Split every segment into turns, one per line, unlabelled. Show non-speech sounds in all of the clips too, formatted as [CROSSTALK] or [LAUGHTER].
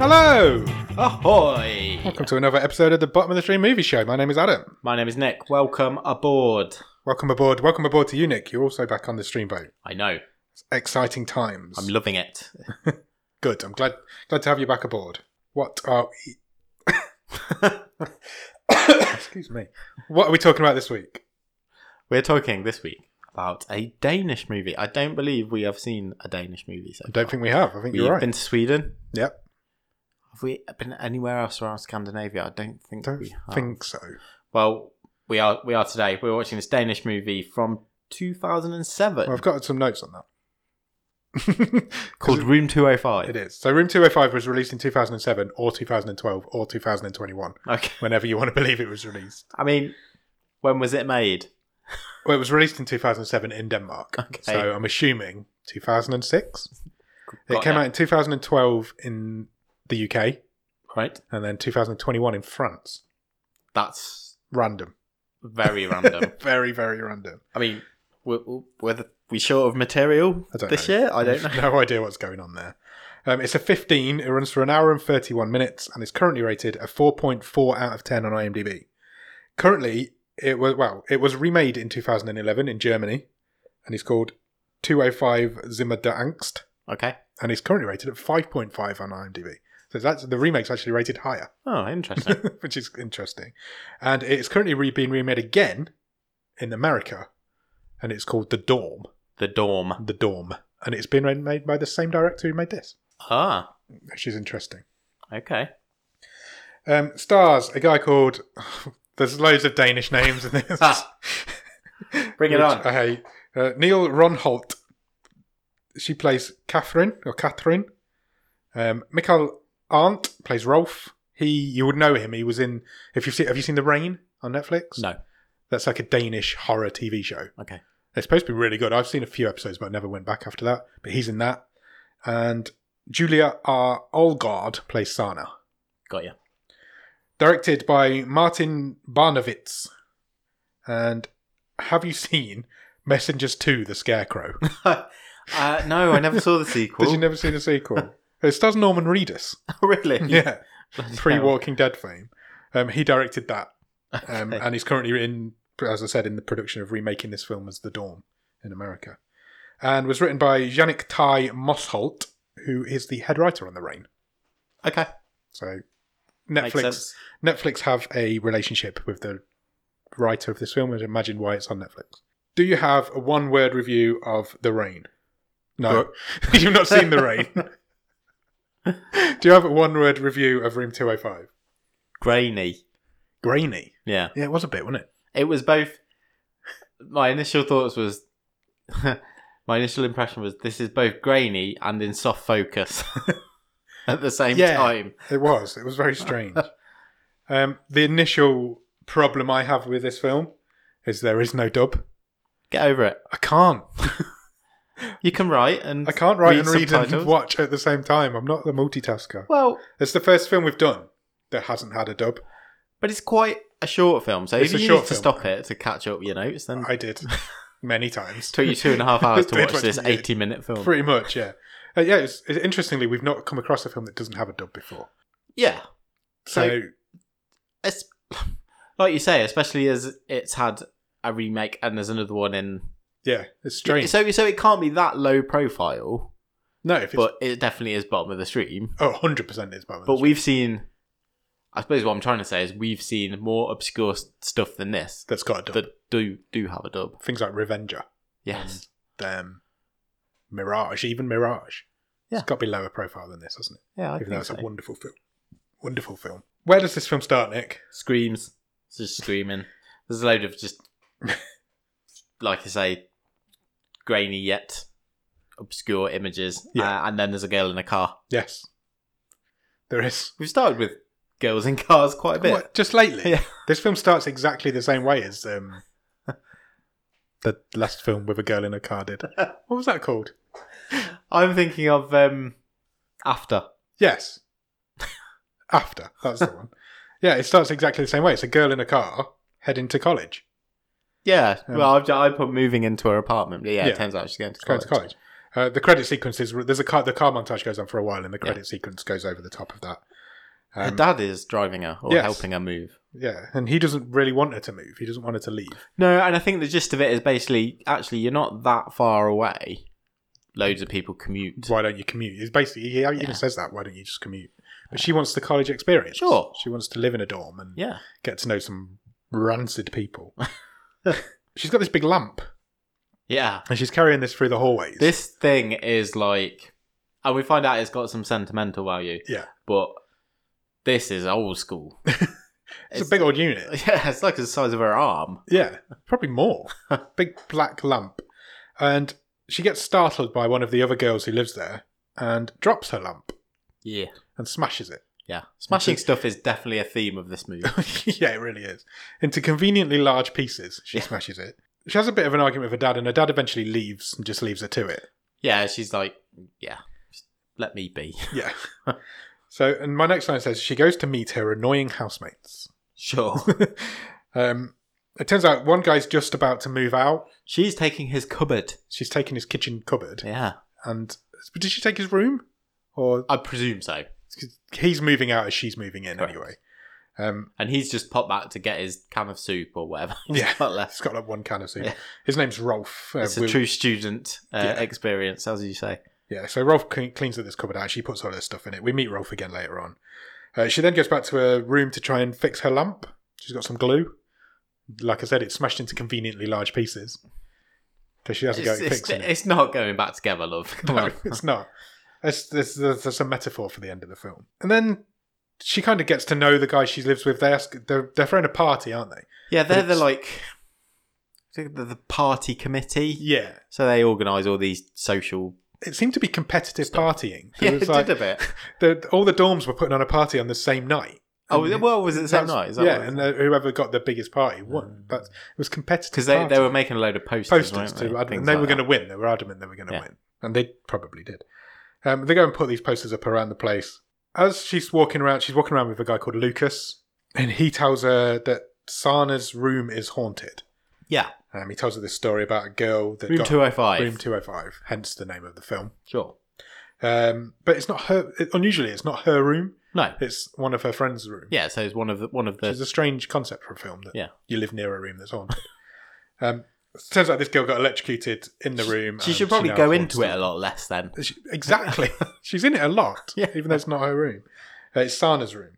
Hello!
Ahoy!
Welcome to another episode of the Bottom of the Stream Movie Show. My name is Adam.
My name is Nick. Welcome aboard.
Welcome aboard. Welcome aboard to you, Nick. You're also back on the stream boat.
I know.
It's exciting times.
I'm loving it.
Good. I'm glad glad to have you back aboard. What are we
[COUGHS]
Excuse me. What are we talking about this week?
We're talking this week about a Danish movie. I don't believe we have seen a Danish movie. So
I don't think we have. I think
we've
you're right.
been to Sweden.
Yep.
Have we been anywhere else around Scandinavia? I don't think
Don't
we have.
think so.
Well, we are. We are today. We're watching this Danish movie from 2007
Well, I've got some notes on that. [LAUGHS]
called Room
it
205.
is. So Room 205 was released in 2007 or 2012 or 2021,
Okay.
whenever you want to believe it was released.
I mean, when was it made?
Well, it was released in 2007 in Denmark.
Okay.
So I'm assuming 2006. it
Got
came
ya.
out in 2012 in the UK
right.
and then 2021 in France.
That's
Random.
very random.
[LAUGHS] very, very random.
I mean, were, were we short of material
I don't
this
know.
year? I don't know.
no idea what's going on there. Um, it's a 15. It runs for an hour and 31 minutes and is currently rated a 4.4 out of 10 on IMDb. Currently, it was well, it was remade in 2011 in Germany and it's called 205 Zimmer der Angst.
Okay.
and it's currently rated at 5.5 on IMDb. So that's the remake's actually rated higher,
Oh,
[LAUGHS]
interesting.
which is interesting. And it's currently re- being remade again in America, and it's called The Dorm.
the dorm.
The Dorm, and it's been remade by the same director who made this,
Ah,
which is interesting.
okay.
Um, stars a guy called. [LAUGHS] There's loads of Danish names in this.
Ah, bring it
which
on.
I hate. Uh, Neil Ronholt. She plays Catherine or Catherine. Um, Michael Arndt plays Rolf. He, you would know him. He was in. If you have seen, have you seen The Rain on Netflix?
No.
That's like a Danish horror TV show.
Okay.
It's supposed to be really good. I've seen a few episodes, but I never went back after that. But he's in that. And Julia R. Olgard plays Sana.
Got you.
Directed by Martin Barnovitz. And have you seen Messengers 2 The Scarecrow?
[LAUGHS] uh, no, I never saw the sequel.
Did you never see the sequel? it stars Norman Reedus.
[LAUGHS]
[LAUGHS]
really?
Yeah,
[LAUGHS] Bloody
pre
hell.
Walking Dead fame. Um, he directed that, um,
Okay.
and he's currently in, as I said, in the production of remaking this film as The Dawn in America, and was written by Yannick Ty Mossholt, who is the head writer on The Rain.
Okay.
So
Makes
Netflix
sense.
Netflix have a relationship with the writer of this film, and imagine why it's on Netflix. Do you have a one-word review of The Rain? No, [LAUGHS] you've not seen The Rain. Do you have a one-word review of Room Two Hundred Five?
Grainy.
Grainy.
Yeah.
Yeah, it was a bit, wasn't it?
It was both. My initial thoughts was. [LAUGHS] my initial impression was this is both grainy and in soft focus [LAUGHS] at the same
Yeah.
time.
It was. It was very strange. [LAUGHS] um, the initial problem I have with this film is there is no dub.
Get over it.
I can't.
You can write and
I can't write
read
and read and
subtitles.
watch at the same time. I'm not the multitasker.
Well,
It's the first film we've done that hasn't had a dub.
but it's quite a short film, so
It's a
if you
short
need to
film.
stop it to catch up your notes, then
I did many times.
it took you
[LAUGHS]
two and a half hours to
Pretty
watch
much
this
did.
eighty-minute film.
Pretty much, yeah. Uh, yeah, it's, it- interestingly, we've not come across a film that doesn't have a dub before.
Yeah,
So,
it's like you say, especially as it's had a remake and there's another one in.
yeah, it's strange.
So, so it can't be that low profile,
no, if it's,
but it definitely is bottom of the stream.
oh, 100% it's Batman.
But we've seen, I suppose, what I'm trying to say is we've seen more obscure s- stuff than this
that's got a dub.
that do do have a dub.
Things like Revenger.
Yes,
um, Mirage, even Mirage.
Yeah.
It's got to be lower profile than this, hasn't it?
yeah, I
even though
think
it's
so.
a wonderful film. Wonderful film. Where does this film start, Nick?
screams. It's just screaming. There's a load of just, like I say, grainy yet obscure images.
Yeah.
Uh, and then there's a girl in a car.
Yes. There is.
We've started with girls in cars quite a bit.
What, just lately.
Yeah.
This film starts exactly the same way as um, the last film with a girl in a car did. [LAUGHS] What was that called?
I'm thinking of um, after.
Yes. After. That's the one. Yeah, it starts exactly the same way. It's a girl in a car heading to college.
Yeah.
Um,
well, I've, ju- I put moving into her apartment. But yeah,
Yeah.
It turns out she's going to
Going
college.
to college. Uh, the credit sequence is there's a car, the car montage goes on for a while, and the credit sequence goes over the top of that.
her dad is driving her or
yes.
helping her move.
Yeah, and he doesn't really want her to move. He doesn't want her to leave.
No, and I think the gist of it is basically actually you're not that far away. Loads of people commute.
Why don't you commute? It's basically he
Yeah.
even says that. Why don't you just commute? But she wants the college experience.
Sure.
she wants to live in a dorm and
Yeah.
get to know some rancid people. [LAUGHS] she's got this big lamp,
Yeah.
and she's carrying this through the hallways.
This thing is like and we find out it's got some sentimental value.
Yeah.
But this is old school.
[LAUGHS] it's, a big old unit.
[LAUGHS] Yeah, it's like the size of her arm.
Yeah, probably more. big black lamp, and she gets startled by one of the other girls who lives there and drops her lamp
Yeah.
and smashes it. [LAUGHS]
Yeah. Smashing stuff is definitely a theme of this movie.
yeah, it really is. Into conveniently large pieces, she
Yeah.
smashes it. She has a bit of an argument with her dad, and her dad eventually leaves and just leaves her to
[LAUGHS]
it.
yeah, she's like, yeah, just let me
[LAUGHS]
be.
Yeah. so, and my next line says she goes to meet her annoying housemates.
Sure.
um, it turns out one guy's just about to move out.
[LAUGHS] she's taking his cupboard.
She's taking his kitchen cupboard,
Yeah.
and but did she take his room? Or
I presume so.
'cause he's moving out as she's moving in
Correct.
anyway.
[LAUGHS]
Um,
And he's just popped back to get his can of soup or whatever. [LAUGHS] He's
Yeah.
got
it's
left.
got like one can of soup.
Yeah.
His name's Rolf. Uh,
It's a
we'll-
true student uh,
Yeah.
experience, as you say.
Yeah, so Rolf clean- cleans up this cupboard out. She puts all her stuff in it. We meet Rolf again later on. Uh, she then goes back to her room to try and fix her lamp. She's got some glue. Like I said, it's smashed into conveniently large pieces. So she has to go
It's,
and
it's,
fix it.
it's not going back together, love.
[LAUGHS]
Come
No,
on.
it's not. It's, it's, it's, it's a metaphor for the end of the film. And then she kind of gets to know the guy she lives with. They ask, they're, they're throwing a party, aren't they?
Yeah, they're the
it's-
like the, the party committee.
Yeah.
So they organise all these social.
It seemed to be competitive partying.
Yeah,
It was
it
like
did a bit.
the, all the dorms were putting on a party on the same night.
[LAUGHS] Oh,
And-
well, was it the same
That's-
night? Is that
yeah,
what it
and the, whoever got the biggest party won. But it was competitive
Because they,
party.
they were making a load of posters,
posters
weren't they?
to, ad-
Things
and they
like
were
that.
going to win. They were adamant they were going to
Yeah.
win, and they probably did. Um, they go and put these posters up around the place. As she's walking around, she's walking around with a guy called Lucas, and he tells her that Sana's room is haunted.
Yeah,
Um, he tells her this story about a girl that
room
got
two hundred five.
room two hundred five, hence the name of the film.
Sure.
Um, but it's not her. It, unusually, it's not her room.
No.
It's one of her friend's room.
Yeah. So it's one of the one of
Which is
the.
a strange concept for a film that
Yeah.
you live near a room that's haunted. [LAUGHS] um, turns out this girl got electrocuted in the room.
She
and
should probably
now
go
haunts
into it a lot less then.
the- She, exactly.
[LAUGHS]
She's in it a lot,
Yeah.
even though it's not her room. Uh, it's Sana's room.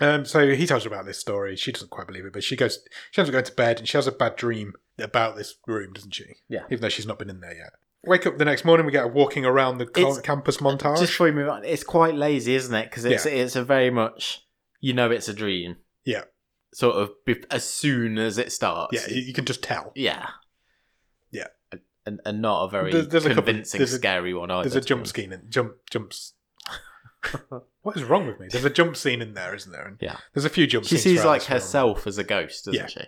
Um, so he tells her about this story. She doesn't quite believe it, but she goes. She ends up going to bed, and she has a bad dream about this room, doesn't she?
Yeah.
Even though she's not been in there yet. Wake up the next morning. We get a walking around the co-
It's-
campus montage.
Just before we move on, it's quite lazy, isn't it? Because it's it's a very much you know it's a dream.
Yeah.
Sort of bef- as soon as it starts.
yeah, you, you can just tell.
Yeah.
Yeah.
And, and not a very
There's- there's a couple-
convincing,
there's a-
scary one either.
There's a
to
jump
be
scene in jump jumps.
[LAUGHS]
what is wrong with me? There's a jump scene in there, isn't there? And
Yeah.
There's a few jump
honest. She
scenes.
sees
throughout
like
this film.
herself as a ghost, doesn't
Yeah.
she?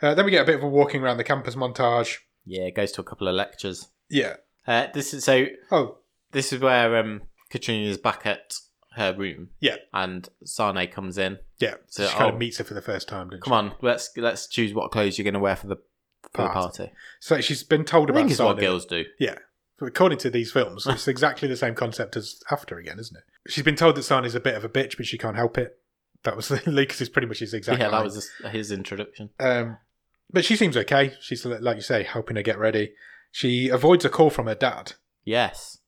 Uh, then we get a bit of a walking around the campus montage.
Yeah. Goes to a couple of lectures.
Yeah.
Uh, this is so.
Oh,
This is where um, Katrina is back at her room.
Yeah.
And Sane comes in.
yeah.
So,
she kind
oh.
of meets her for the first time. Doesn't
Come on, let's let's choose what clothes you're going to wear for the for the
Party.
party.
She? So she's been told
I
about.
think it's what
Sardine.
girls do.
Yeah. But according to these
[LAUGHS]
films, it's exactly the same concept as After again, isn't it? She's been told that San is a bit of a bitch, but she can't help it. That was [LAUGHS] Lucas is pretty much his exact.
Yeah, that
line.
was his, his introduction.
Um, but she seems okay. She's like you say, helping her get ready. She avoids a call from her dad.
Yes.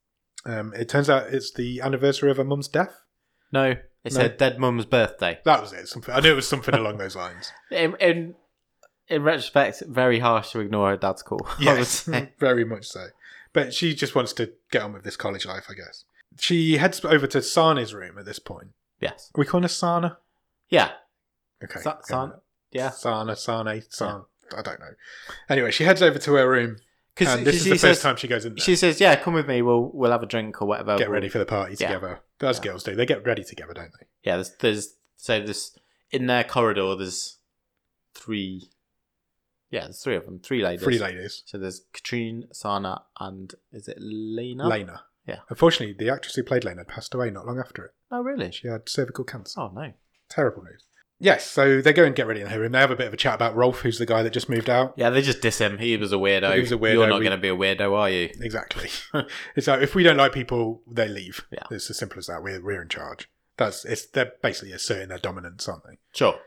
Um, it turns out it's the anniversary of her mum's death.
No. It's
No.
her dead mum's birthday.
That was it. Something I knew it was something along those lines.
In, in in retrospect, very harsh to ignore her dad's call. [LAUGHS] I would
Yes,
say.
[LAUGHS] very much so. But she just wants to get on with this college life, I guess. She heads over to Sana's room at this point.
Yes.
Are we calling her Sana?
Yeah.
Okay.
Sa- San- yeah.
Sana, Sane, San. I don't know. Anyway, she heads over to her room,
Because
and this is
she
the
says
first time she goes in there.
she says, "Yeah, come with me. We'll we'll have a drink or whatever.
get
We'll-
ready for the party
Yeah.
together. As girls do, they get ready together, don't they?
Yeah. There's, there's so there's in their corridor. There's three. Yeah, there's three of them. Three ladies.
Three ladies.
So there's Katrine, Sana, and is it Lena?
Lena.
Yeah.
Unfortunately, the actress who played Lena passed away not long after it.
Oh, really?
She had cervical cancer.
Oh, no.
Terrible news. Yes, so they go and get ready in her room. They have a bit of a chat about Rolf, who's the guy that just moved out.
Yeah, they just diss him. He was a weirdo.
He was a weirdo.
You're not
We-
going to be a weirdo, are you?
Exactly. [LAUGHS] it's like if we don't like people, they leave.
Yeah.
It's as simple as that. We're we're in charge. That's it's they're basically asserting their dominance, aren't they?
Sure.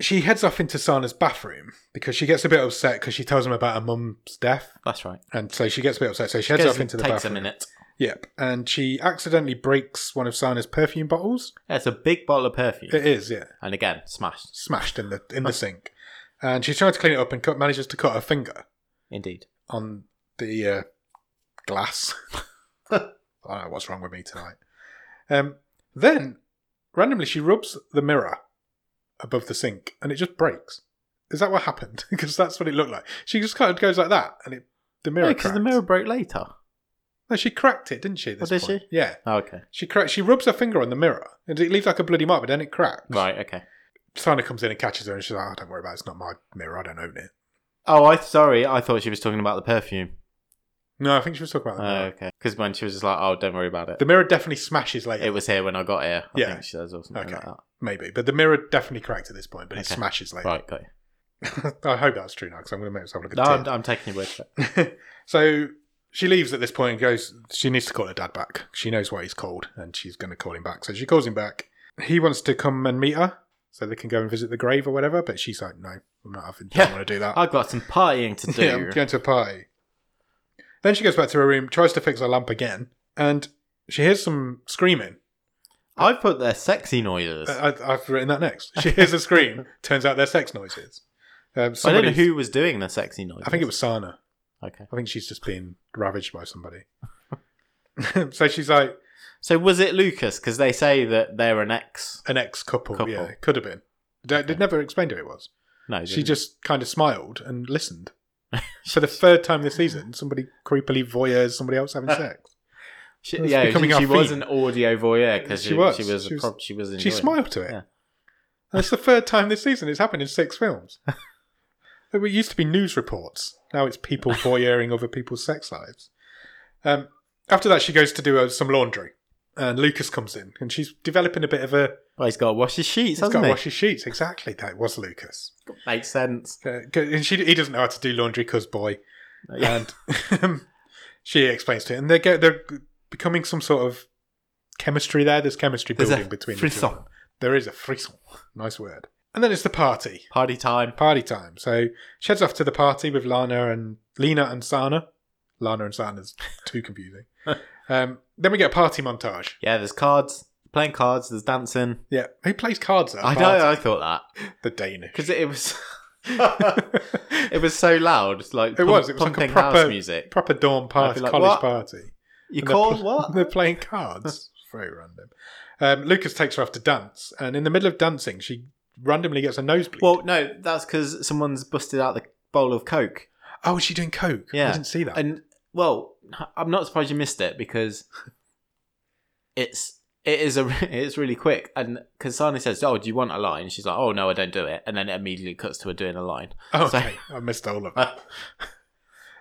She heads off into Sana's bathroom because she gets a bit upset because she tells him about her mum's death,
That's right.
and so she gets a bit upset. So she heads
Goes
off
and
into the
takes
bathroom.
a minute.
Yep, and she accidentally breaks one of Sana's perfume bottles.
Yeah, it's a big bottle of perfume.
It is, yeah,
and again, smashed.
smashed in the in the sink, and she's trying to clean it up and cut, manages to cut her finger
Indeed.
on the uh, glass. [LAUGHS] I don't know what's wrong with me tonight. Um, then, randomly, she rubs the mirror above the sink and it just breaks. Is that what happened? [LAUGHS] because that's what it looked like. She just kind of goes like that and it the mirror.
because the
cracked.
mirror broke later.
No, she cracked it, didn't she? at this
Oh, did
point?
she?
Yeah,
Oh,
[LAUGHS]
okay.
she cracked. She rubs her finger on the mirror and it leaves like a bloody mark, but then it cracks.
Right, okay.
Sana comes in and catches her, and she's like, "Oh, don't worry about it. It's not my mirror. I don't own it."
Oh, I sorry. I thought she was talking about the perfume.
No, I think she was talking about
Oh,
the mirror.
okay. Because when she was just like, oh, don't worry about it.
the mirror definitely smashes later.
It was here when I got here. I
Yeah.
think she says or something
Okay.
like that.
Maybe, but the mirror definitely cracked at this point, but it
Okay.
smashes later.
Right, got you.
[LAUGHS] I hope that's true now because I'm going to make myself look
No, I'm,
at
I'm taking your word for it.
it. so she leaves at this point and goes, she needs to call her dad back. She knows why he's called and she's going to call him back. So she calls him back. He wants to come and meet her so they can go and visit the grave or whatever, but she's like, no, I'm not having, don't
Yeah.
want to do that. [LAUGHS]
I've got some partying to do.
Uh, Yeah, I'm going to a party. Then she goes back to her room, tries to fix her lamp again, and she hears some screaming.
I've put their sexy noises.
I, I- I've written that next. [LAUGHS] She hears a scream. Turns out they're sex noises. Um,
I don't
somebody,
know who was doing the sexy noises.
I think it was Sana.
Okay.
I think she's just been ravaged by somebody. [LAUGHS] so she's like
So was it Lucas? Because they say that they're an ex.
an ex couple.
Couple.
Yeah, could have been. They they never explained who it was.
No,
She
didn't.
just kind of smiled and
[LAUGHS]
listened. For the third time this season, somebody creepily voyeurs somebody else
[LAUGHS]
having sex.
She,
It's
yeah,
becoming
she,
our
she was
theme.
an audio voyeur because
She
she,
was.
She was.
She
She,
was-
pro- she, was
She
enjoying it.
smiled to it.
Yeah.
That's the third time this season it's happened in six
[LAUGHS]
films. it used to be news reports. Now it's
[LAUGHS]
people voyeuring other people's sex lives. Um, after that, she goes to do uh, some laundry, and Lucas comes in, and she's developing a bit of a.
Well, he's got to wash his sheets,
He's got
hasn't
to
he?
wash his sheets. Exactly, that was Lucas.
Makes sense.
Uh, and she, he doesn't know how to do laundry because boy.
Yeah.
And [LAUGHS] um, she explains to him, and they get they're becoming some sort of chemistry there. There's chemistry
There's a
building between the two of
frisson.
them. There is a frisson. [LAUGHS] Nice word. And then it's the party.
Party time.
Party time. So she heads off to the party with Lana and Lena and Sana. Lana and Sana's [LAUGHS] too
[LAUGHS]
confusing. um, then we get a party montage.
Yeah, there's cards. Playing cards. There's dancing.
Yeah, who plays cards at a
I know. uh,
party?
I thought that
The Danish.
because it, it was. [LAUGHS] it was so loud. it's Like
It was. It was like a
pumping
proper-
house music.
Proper dorm
I'd
party,
be like,
college
"What?"
party.
You
And they're
called
pl- [LAUGHS]
what?
They're playing
[LAUGHS]
cards. Very random. Um, Lucas takes her off to dance, and in the middle of dancing, she randomly gets a nosebleed.
Well, no, that's because someone's busted out the bowl of coke.
oh, is she doing coke? I
Yeah.
didn't see that.
And well, I'm not surprised you missed it because it's it is a [LAUGHS] it's really quick. And because Sani says, "Oh, do you want a line?" She's like, "Oh no, I don't do it." And then it immediately cuts to her doing a line.
oh,
so-
okay, I missed all
[LAUGHS]
of that.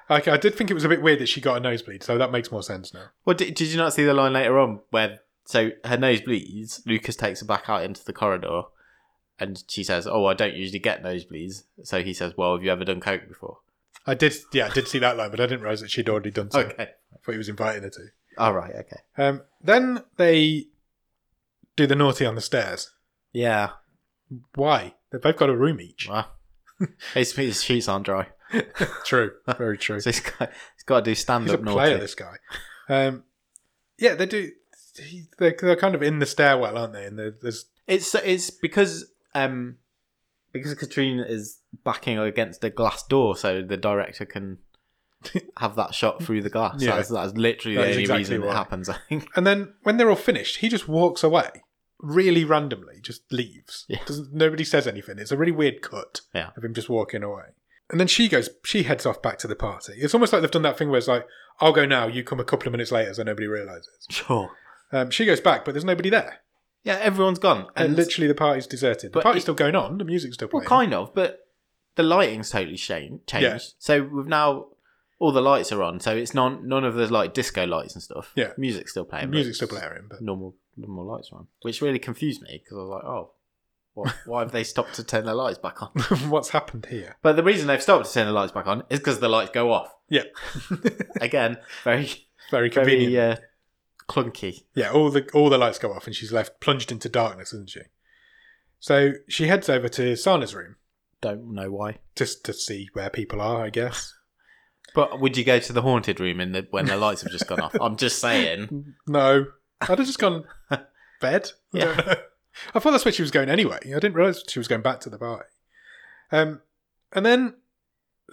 okay, I did think it was a bit weird that she got a nosebleed, so that makes more sense now.
Well, did, did you not see the line later on where so her nose bleeds? Lucas takes her back out into the corridor, and she says, "Oh, I don't usually get nosebleeds." So he says, "Well, have you ever done coke before?"
I did, yeah, I did see that line, but I didn't realize that she'd already done so.
Okay.
I thought he was inviting her to.
All right. Okay.
Um, then they do the naughty on the stairs.
Yeah.
Why? They've both got a room each.
Well, his, his sheets aren't dry,
[LAUGHS] True, very true.
so he's got, he's got to do stand
He's a
up
player,
naughty.
this guy. Um, yeah, they do. he- They're, they're kind of in the stairwell, aren't they? And there- there's
It's it's because um because Katrina is backing against a glass door, so the director can have that shot through the glass.
Yeah.
That's, that's literally
That
the
is
only
exactly
reason
why.
it happens. I think. [LAUGHS]
and then when they're all finished, he just walks away really randomly, just leaves.
Yeah.
Doesn't nobody says anything. It's a really weird cut
Yeah.
of him just walking away. And then she goes, she heads off back to the party. It's almost like they've done that thing where it's like, I'll go now, you come a couple of minutes later, so nobody realizes.
Sure.
Um, she goes back, but there's nobody there,
Yeah, everyone's gone.
and,
And,
literally the party's deserted. The
but
party's
it-
still going on, the music's still
well,
playing.
kind of, but the lighting's totally shan- changed.
Yeah.
So we've now all the lights are on, so it's non none of the like disco lights and stuff.
Yeah.
music's still playing. but
Music's still
it's
blaring, but
Normal normal lights are on, which really confused me because I was like, oh, what, why have they stopped to turn their lights back on?
[LAUGHS] what's happened here?
But the reason they've stopped to turn the lights back on is because the lights go off
Yeah,
[LAUGHS] again. Very
[LAUGHS] very convenient.
very uh, clunky.
Yeah, all the all the lights go off, and she's left plunged into darkness, isn't she? So she heads over to Sana's room
Don't know why.
just to see where people are, I guess.
But would you go to the haunted room in the when the lights have just gone off? I'm just saying.
[LAUGHS] No, I'd have just gone bed. I don't know. I thought that's where she was going anyway. I didn't realize she was going back to the party. Um, and then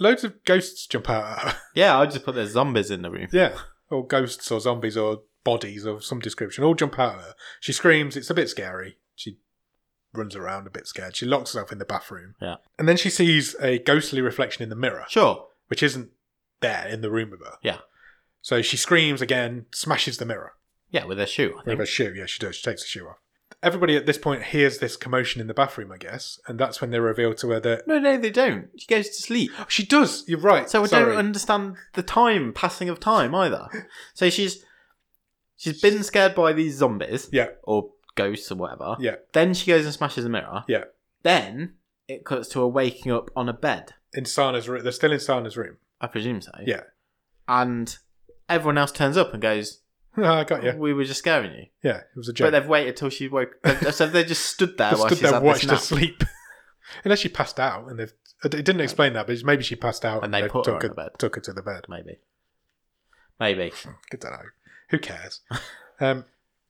loads of ghosts jump out. At her. [LAUGHS]
Yeah, I just put there's zombies in the room.
yeah, or ghosts, or zombies, or bodies, or some description. All jump out at her. She screams. It's a bit scary. She runs around a bit scared. She locks herself in the bathroom.
Yeah.
and then she sees a ghostly reflection in the mirror
Sure.
which isn't there in the room with her.
Yeah.
So she screams again, smashes the mirror
Yeah, with a shoe. I
with [LAUGHS]
think.
her shoe. Yeah, she does. She takes the shoe off. Everybody at this point hears this commotion in the bathroom, I guess, and that's when they reveal to her that "Oh,
No, no, they don't. She goes to sleep.
she does. You're right.
So I
Sorry.
don't understand the time passing of
[LAUGHS]
time either. So she's she's been scared by these zombies
yeah,
or ghosts or whatever.
yeah,
Then she goes and smashes a mirror.
yeah.
Then it cuts to her waking up on a bed.
In Sana's room, they're still in Sana's room.
I presume so.
Yeah,
And everyone else turns up and goes,
[LAUGHS] I got you.
"We were just scaring you."
Yeah, it was a
But
joke.
they've waited till she woke. so they just stood there
Just
while
stood
she's
there,
had
watched
this
her
nap.
sleep. [LAUGHS] Unless she passed out, and they've it didn't explain that, but maybe she passed out
And they put her
took
on the bed.
took her to the bed.
Maybe. Maybe.
I don't know. Who cares? um,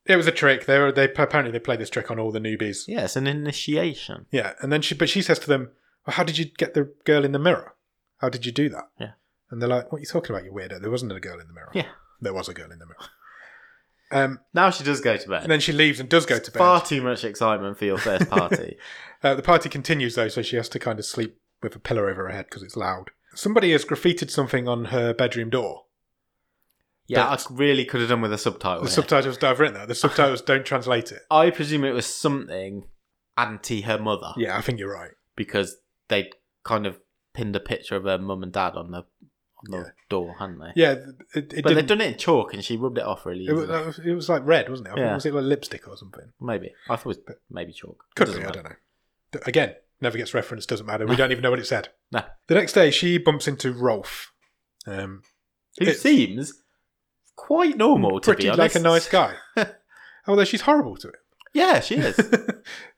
it was a trick. They were, they apparently they played this trick on all the newbies.
Yeah, it's an initiation.
Yeah, and then she but she says to them, well, "How did you get the girl in the mirror? How did you do that?"
Yeah.
and they're like, "What are you talking about, you weirdo? There wasn't a girl in the mirror.
Yeah.
there was a girl in the mirror." Um,
Now she does go to bed.
and then she leaves and does go to bed.
Far too much excitement for your
[LAUGHS]
first party.
Uh, the party continues though, so she has to kind of sleep with a pillow over her head because it's loud. Somebody has graffitied something on her bedroom door.
yeah, I really could have done with a subtitle.
The
here.
subtitles don't have written that. The subtitles don't translate
[LAUGHS]
it.
I presume it was something anti her mother
Yeah, I think you're right.
because they kind of pinned a picture of her mum and dad on the on the
Yeah.
door, hadn't they?
Yeah, th- it, it
but
didn't
they'd done it in chalk and she rubbed it off really
It was, uh,
easily.
that was- it was like red, wasn't it? I think,
Yeah.
Was it like lipstick or something?
maybe. I thought it was maybe chalk.
Could
Doesn't
be, I
matter.
don't know. D- Again, never gets referenced, doesn't matter. We don't even know what it said.
No.
The next day, she bumps into Rolf. Um,
Who
It's-
seems quite normal to
pretty
be
like
honest.
a nice
[LAUGHS]
guy. Although she's horrible to
Yeah,
[LAUGHS]
she is.
him.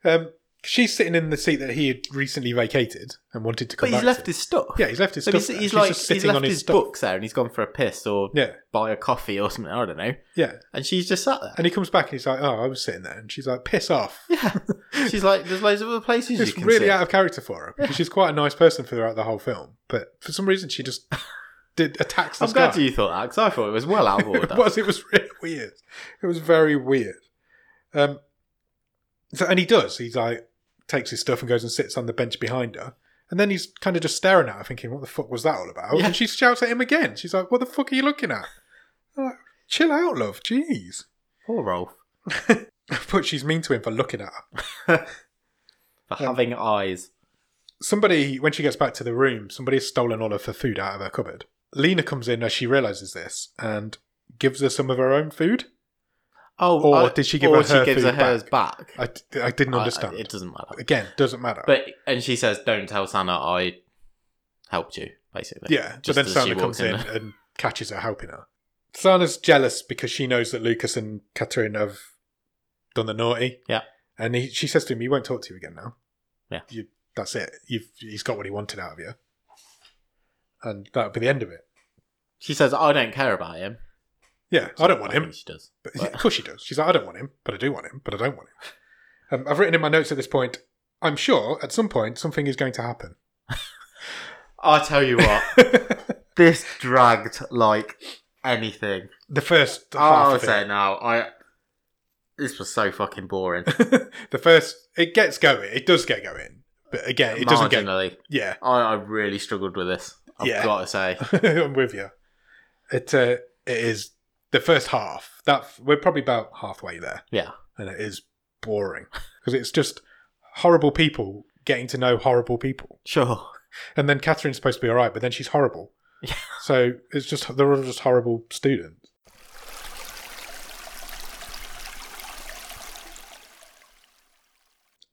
um, she's sitting in the seat that he had recently vacated and wanted to come
but he's
back
left
to.
his stuff.
Yeah, he's left his
So
stuff.
he's,
there.
he's
She's
like
just
he's
sitting
left
on
his,
his, stuff.
books there and he's gone for a piss or
Yeah,
buy a coffee or something. I don't know.
yeah.
And she's just sat there.
And he comes back and he's like, "Oh, I was sitting there," and she's like, "Piss off."
Yeah.
[LAUGHS]
She's like, there's loads of other places you
it's
can
really
sit.
out of character for her because she's quite a nice person throughout the whole film, but for some reason she
[LAUGHS]
just did attacks
I'm
this
glad
guy. [LAUGHS]
you thought that because I thought it was well out of order.
it was it was really weird. It was very weird. Um, so and he does. He's like takes his stuff and goes and sits on the bench behind her, and then he's kind of just staring at her, thinking, "What the fuck was that all about?"
Yeah.
And she shouts at him again. She's like, "What the fuck are you looking at?" I'm like, Chill out, love. Jeez. [LAUGHS]
Poor Rolf
But she's mean to him for looking at her.
for
Yeah.
having eyes.
somebody when she gets back to the room somebody has stolen all of her food out of her cupboard lena comes in as she realizes this and gives her some of her own food
Oh,
Or
I-
did she give
or
her her
she gives her
food
hers back?
i, I didn't
I-
understand
it doesn't matter.
again doesn't matter
But and she says, "Don't tell Santa I helped you." Basically,
yeah but
Just
then
as
sana
she
comes
walks
in and catches her helping her sana's jealous because she knows that lucas and Catherine have done the naughty
Yeah.
and he, she says to him he won't talk to you again now
Yeah.
you, that's it You've, he's got what he wanted out of you and that'll be the end of it
[LAUGHS] She says, "I don't care about him.
yeah i don't want him
think She does.
But,
But-
of course she does. She's like, I don't want him, but I do want him, but I don't want him. Um, I've written in my notes at this point, I'm sure at some point something is going to happen. [LAUGHS]
I tell you what, this dragged like anything.
The first half
I'll
of
say
it,
now. Oh, I this was so fucking boring.
the first, it gets going. It does get going. But again, [LAUGHS] it doesn't get,
Marginally,
yeah, [LAUGHS]
I, I really struggled with this. I've
Yeah.
got to say,
I'm with you. It, uh, it is the first half. That We're probably about halfway there.
yeah.
And it is boring because it's just horrible people getting to know horrible people.
Sure.
And then Catherine's supposed to be all right, but then she's horrible. so it's just they're all just horrible students.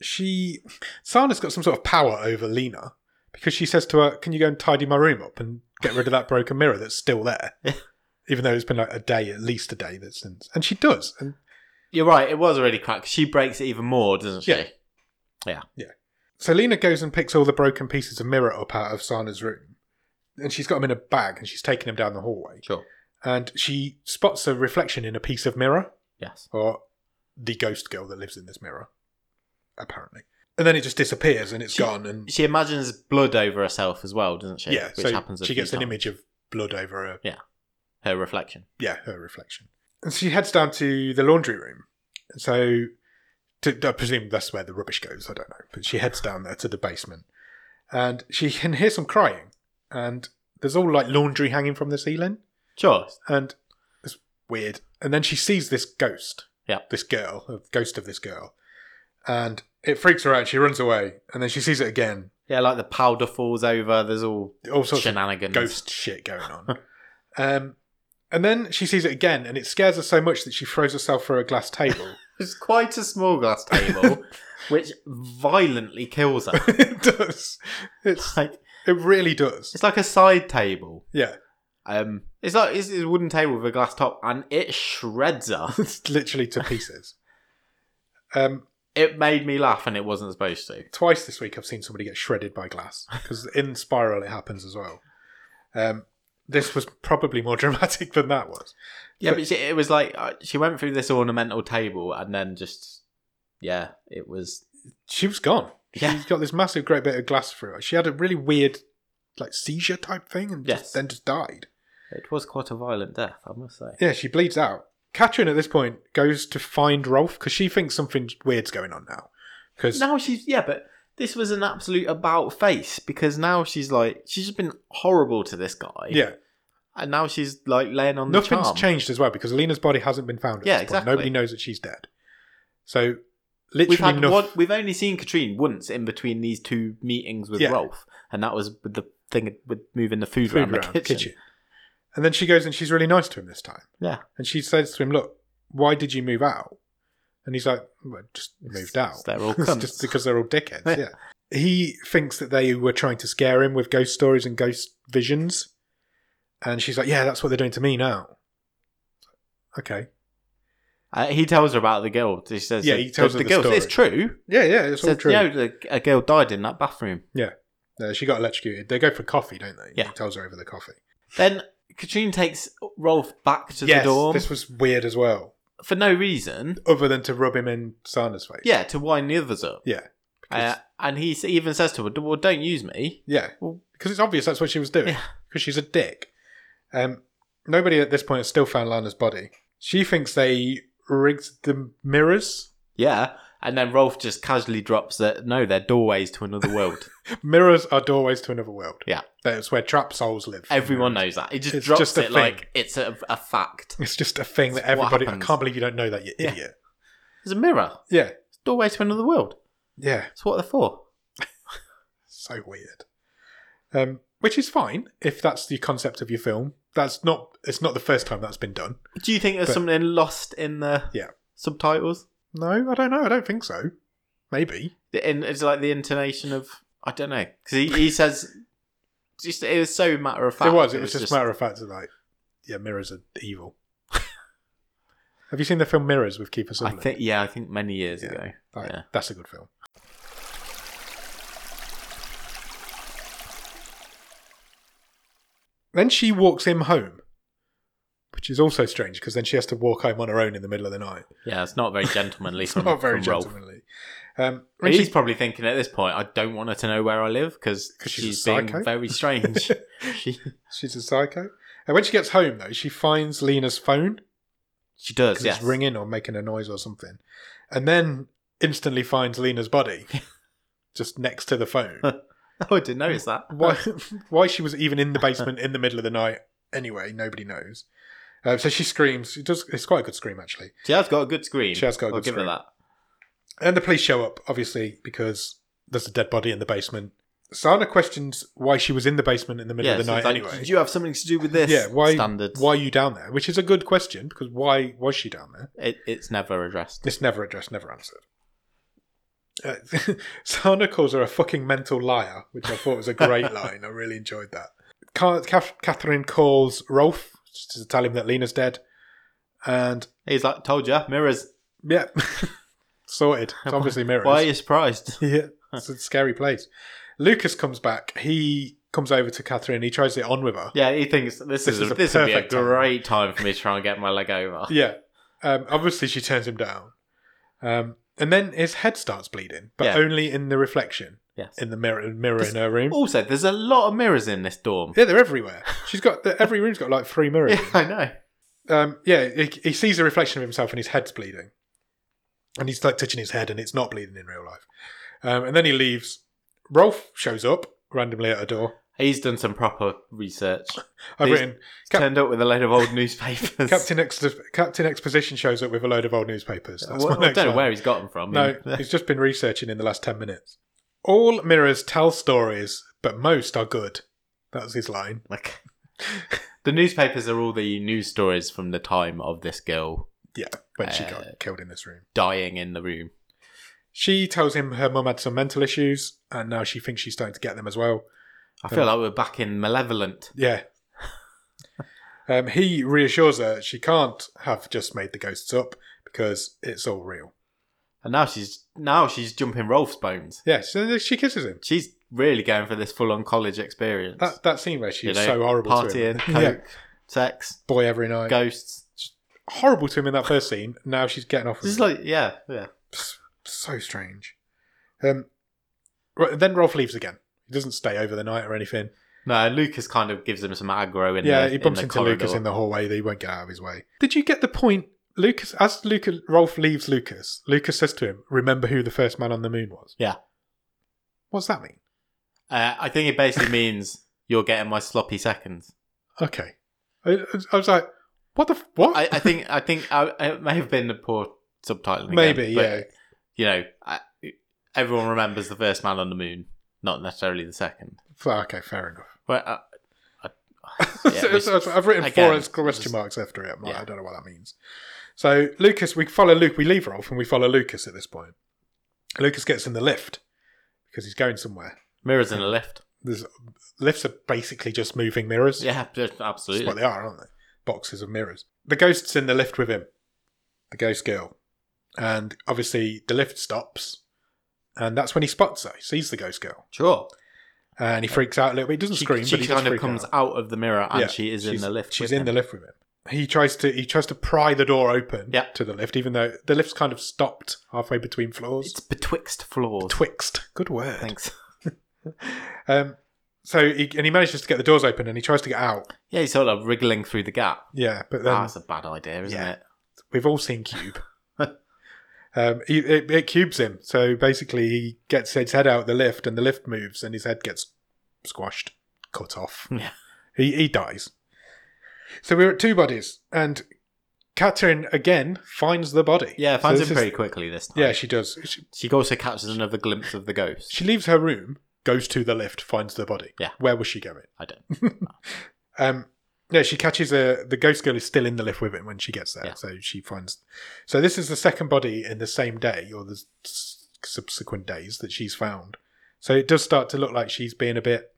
She Sana's got some sort of power over Lena because she says to her, "Can you go and tidy my room up and get rid of that broken mirror that's still there?" Even though it's been like a day, at least a day that since, and she does, and
You're right. It was already cracked. She breaks it even more, doesn't she?
Yeah. So Lena goes and picks all the broken pieces of mirror up out of Sana's room. And she's got them in a bag and she's taking them down the hallway.
Sure.
And she spots a reflection in a piece of mirror,
Yes.
or the ghost girl that lives in this mirror, apparently. And then it just disappears and it's
She-
gone. And
She imagines blood over herself as well, doesn't she?
yeah,
Which
so
happens. a
she
few
gets an
times.
image of blood over her,
Her reflection.
yeah, her reflection. And she heads down to the laundry room. So to, I presume that's where the rubbish goes. I don't know. But she heads down there to the basement and she can hear some crying. And there's all like laundry hanging from the ceiling
Sure.
and it's weird. And then she sees this ghost.
Yeah.
This girl, a ghost of this girl. And it freaks her out. She runs away. And then she sees it again.
Yeah, like the powder falls over. There's all
All sorts of
shenanigans.
ghost shit going on. [LAUGHS] um, and then she sees it again. And it scares her so much that she throws herself through a glass
[LAUGHS]
table. [LAUGHS]
It's quite a small glass table, which violently kills her.
it does. It's
Like
it really does.
it's like a side table.
Yeah.
Um, it's like it's a wooden table with a glass top, and it shreds her. [LAUGHS]
It's literally to pieces. Um,
It made me laugh, and it wasn't supposed to.
twice this week I've seen somebody get shredded by glass because in Spiral it happens as well. Um, this was probably more [LAUGHS] dramatic than that was.
Yeah,
But-
but, she, it was like uh, she went through this ornamental table, and then just yeah, it was
She was gone.
yeah,
She's got this massive great bit of glass through her. She had a really weird like seizure type thing and just-
Yes.
then just died.
it was quite a violent death, I must say.
Yeah, she bleeds out. Katrin at this point goes to find Rolf because she thinks something weird's going on now. Because
Now she's yeah, but this was an absolute about face because now she's like she's just been horrible to this guy.
yeah,
and now she's like laying on the
Nothing's
charm.
changed as well because Lena's body hasn't been found. At
Yeah,
this
exactly.
Point. Nobody knows that she's dead. So literally,
We've had
noth-
one, we've only seen Katrine once in between these two meetings with
Yeah.
Rolf, and that was with the thing with moving the food,
food
around,
around
the kitchen.
And then she goes and she's really nice to him this time.
Yeah.
And she says to him, "Look, why did you move out?" And he's like, well, I "Just moved out.
They're all
[LAUGHS] It's
cunts.
just because they're all dickheads."
Yeah.
yeah. He thinks that they were trying to scare him with ghost stories and ghost visions, and she's like, "Yeah, that's what they're doing to me now." Okay.
Uh, he tells her about the girl. He says,
Yeah, he tells
the,
her
the
the
girl. It's true.
Yeah, yeah, it's all
Says,
true.
You know, the- a girl died in that bathroom.
Uh, she got electrocuted. They go for coffee, don't they?
Yeah.
He tells her over the coffee.
Then Katrine takes Rolf back to
yes,
the dorm
this was weird as well.
for no reason.
Other than to rub him in Sana's face.
Yeah, to wind the others up.
Yeah.
Uh,
Because,
and he s- even says to her, "Well, don't use me."
yeah.
well-
because it's obvious that's what she was doing.
Yeah.
Because she's a dick. Um, nobody at this point has still found Lana's body. She thinks they rigged the mirrors.
Yeah. And then Rolf just casually drops that no, they're doorways to another
[LAUGHS]
world.
Mirrors are doorways to another world.
Yeah.
That's where trap souls live.
Everyone knows that. It just
It's
drops
just a
it like
thing.
it's a, a fact.
It's just a thing that
It's what
everybody. I
happens.
can't believe you don't know that, you
Yeah.
idiot.
It's a mirror.
Yeah.
It's a doorway to another world.
Yeah.
It's what they're for.
so weird. Um, which is fine if that's the concept of your film. That's not. It's not the first time that's been done.
Do you think there's
But-
something lost in the
Yeah.
subtitles?
No, I don't know. I don't think so. Maybe.
The in, it's like the intonation of I don't know because he, he says just it was so matter of fact.
It was. It was just matter of fact that like, yeah, mirrors are
[LAUGHS]
evil. Have you seen the film Mirrors with Keeper
I
Sutherland?
think yeah, I think many years
Yeah.
ago.
Like,
yeah.
That's a good film. Then she walks him home, which is also strange because then she has to walk home on her own in the middle of the night.
Yeah, it's not very gentlemanly.
It's [LAUGHS]
from,
not very
from Rolf.
gentlemanly. Um, when
He's
she,
probably thinking at this point, I don't want her to know where I live because
'Cause she's a
she's, being
psycho?
very
[LAUGHS]
strange. she
she's a psycho. And when she gets home, though, she finds Lena's phone
she does.
because
Yes.
it's ringing or making a noise or something, and then instantly finds Lena's
[LAUGHS]
body just next to the phone.
[LAUGHS] Oh, I didn't notice
[LAUGHS]
that.
why, why she was even in the basement in the middle of the night anyway, nobody knows. Uh, so she screams. She does. It's quite a good scream actually.
She has got a good screen.
She has got a
I'll
good
give
screen.
her that.
And the police show up, obviously, because there's a dead body in the basement. Sana questions why she was in the basement in the middle
yeah,
of the
so
night
it's like,
anyway.
Did you have something to do with this?
yeah, why
standards?
why are you down there? Which is a good question because why was she down there?
It, it's never addressed.
It's never addressed, never answered. Uh, [LAUGHS] Sana calls her a fucking mental liar, which I thought was a
[LAUGHS]
great line. I really enjoyed that. Ca- Ca- Catherine calls Rolf just to tell him that Lena's dead, and
He's like, told you, mirrors.
yeah, [LAUGHS] sorted. It's obviously mirrors.
Why are you surprised?
[LAUGHS] Yeah, it's a scary place. Lucas comes back. He comes over to Catherine. He tries it on with her.
Yeah, he thinks this,
This
is,
is
a,
the
this would be a
perfect time.
great time for me to try and get my
[LAUGHS]
leg over.
Yeah. Um, obviously, she turns him down. Um, and then his head starts bleeding, but
Yeah.
only in the reflection
Yes.
in the mirror, mirror
Just-
in her room.
Also, there's a lot of mirrors in this dorm.
Oh, Yeah, they're everywhere. She's got the, every room's got like three mirrors.
[LAUGHS] Yeah, I know.
Um, yeah, he, he sees a reflection of himself and his head's bleeding, and he's like touching his head, and it's not bleeding in real life. Um, and then he leaves. Rolf shows up randomly at a door.
He's done some proper research.
I've
He's-
written
He's turned up with a load of old [LAUGHS] newspapers.
Captain Ex- Captain Exposition shows up with a load of old newspapers. That's
Well,
my
I
next
don't know
one.
where he's got them from.
No, he's just been researching in the last 10 minutes. All mirrors tell stories, but most are good. That was his line.
[LAUGHS] like the newspapers are all the news stories from the time of this girl
Yeah, when she
Uh,
got killed in this room.
dying in the room.
She tells him her mum had some mental issues, and now she thinks she's starting to get them as well.
I feel like we're back in Malevolent. [LAUGHS]
Yeah. um, he reassures her she can't have just made the ghosts up because it's all real.
And now she's now she's jumping Rolf's bones.
Yeah, so she kisses him.
She's really going for this full on college experience.
That, that scene where she's
You know,
so horrible to him. [LAUGHS]
Partying, coke,
Yeah,
sex,
boy every night.
ghosts.
Horrible to him in that first scene. Now she's getting off. with
This is
him.
like yeah, yeah.
so strange. Um, right, then Rolf leaves again. He doesn't stay over the night or anything.
No, Lucas kind of gives him some aggro in
yeah,
the
he bumps
in the
into
corridor.
Lucas in the hallway. That he won't get out of his way. Did you get the point? Lucas, as Lucas, Rolf leaves Lucas, Lucas says to him, "Remember who the first man on the moon was."
Yeah.
What's that mean?
Uh, I think it basically means you're getting my sloppy seconds.
Okay. I, I was like, "What the f- what?"
I, I think I think I, it may have been the poor subtitling.
[LAUGHS]
again,
Maybe,
but,
yeah.
You know, I, everyone remembers the first man on the moon, not necessarily the second.
F- okay, fair enough.
But uh,
[LAUGHS]
Yeah,
So-
we-
so- so I've written
again,
four question
just-
marks after it. I'm like,
Yeah.
I don't know what that means. So Lucas, we follow Luke. We leave Rolf and we follow Lucas at this point. Lucas gets in the lift because he's going somewhere.
mirrors in a lift.
There's lifts are basically just moving mirrors.
Yeah, just
That's what
absolutely.
they are, aren't they? Boxes of mirrors. The ghost's in the lift with him, the ghost girl, and obviously the lift stops, and that's when he spots her. He sees the ghost girl,
Sure.
and he freaks out a little bit. He doesn't
She,
scream,
she
but he does
kind of
freak
comes
out.
out. of the mirror and
Yeah,
she is in
she's-
the lift.
She's in the lift with him. He tries to he tries to pry the door open
Yeah.
to the lift, even though the lift's kind of stopped halfway between floors.
It's betwixt floors.
Twixt, good word.
Thanks.
Um, so he, and he manages to get the doors open, and he tries to get out.
Yeah, he's sort of wriggling through the gap.
Yeah, but then
Ah, that's a bad idea, isn't
yeah.
it?
we've all seen Cube. um, he, it, it cubes him, so basically he gets his head out the lift, and the lift moves, and his head gets squashed, cut off.
[LAUGHS] Yeah.
He he dies. So we're at two bodies, and Catherine again finds the body.
Yeah, finds
So this
him
is-
pretty quickly this time.
Yeah, she does. She,
She also catches another glimpse of the ghost.
she leaves her room, goes to the lift, finds the body.
Yeah.
Where was she going?
I don't.
Um, yeah, she catches a. The ghost girl is still in the lift with it when she gets there,
Yeah.
so she finds. So this is the second body in the same day or the s- subsequent days that she's found. So it does start to look like she's being a bit.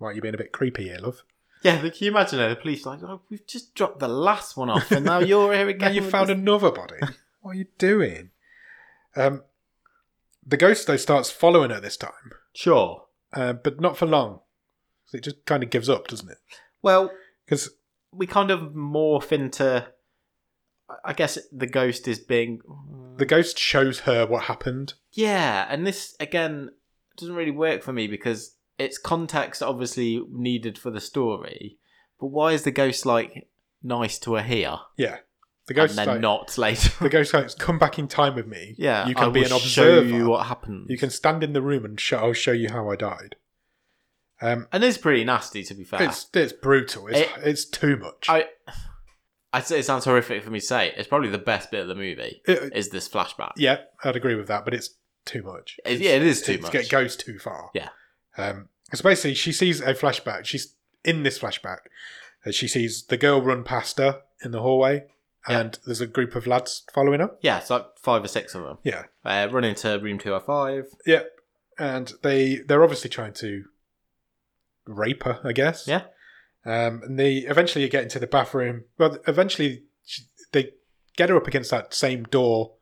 Well, you're being a bit creepy here, love.
Yeah, but can you imagine her? The police like, oh, we've just dropped the last one
[LAUGHS]
off, and now you're here
Now
again.
you
with
found
this-
another
[LAUGHS]
body. What are you doing? Um, the ghost though starts following her this time,
Sure.
uh, but not for long. It just kind of gives up, doesn't it?
Well,
Because
we kind of morph into. I- I guess the ghost is being.
the ghost shows her what happened.
Yeah, and this again doesn't really work for me because it's context obviously needed for the story. But why is the ghost like nice to her here
Yeah, the
and
ghost
then
like,
not later?
[LAUGHS] the ghost goes, "Come back in time with me.
yeah,
you
I
can be
will
an
Show
observer.
you
You,
what happened.
can stand in the room and show, I'll show you how I died." Um,
and it's pretty nasty to be fair.
it's it's brutal. It's
It-
it's too much.
[SIGHS] I, I say it sounds horrific for me to say. It's probably the best bit of the movie.
It-
Is this flashback?
yeah, I'd agree with that, but it's too much.
It- yeah, it is too
It's
much.
It goes too far.
Yeah.
Um, so basically, she sees a flashback. She's in this flashback. Uh, she sees the girl run past her in the hallway, and there's a group of lads following her.
Yeah, it's like five or six of them.
Yeah.
Uh, run into room 205.
Yep. And they they're obviously trying to rape her, I guess.
Yeah.
Um, and they eventually get into the bathroom. Well, eventually she, they get her up against that same door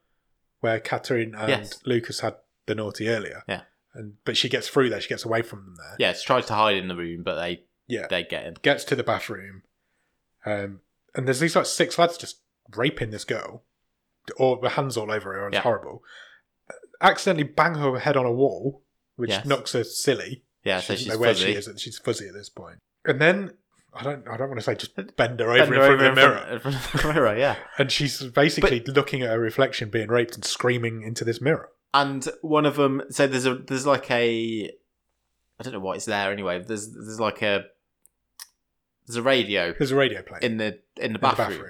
where Catherine and
Yes.
Lucas had the naughty earlier.
Yeah.
And but she gets through there. She gets away from them there.
Yeah, she tries to hide in the room, but they
Yeah.
they get in.
Gets to the bathroom. Um, and there's these like six lads just raping this girl, or with hands all over her, and
Yeah.
it's horrible. Accidentally bang her head on a wall, which
Yes.
knocks her silly.
Yeah,
she
so
doesn't
she's
know where
fuzzy.
she is. and She's fuzzy at this point. And then I don't I don't want to say just bend her over
Bend
in
her
front of a
over in [LAUGHS]
mirror,
front- in front of the mirror, yeah.
and she's basically looking at her reflection being raped and screaming into this mirror.
and one of them so there's a there's like a i don't know what is there anyway there's there's like a there's a radio
There's a radio playing
in the in the
in the
bathroom,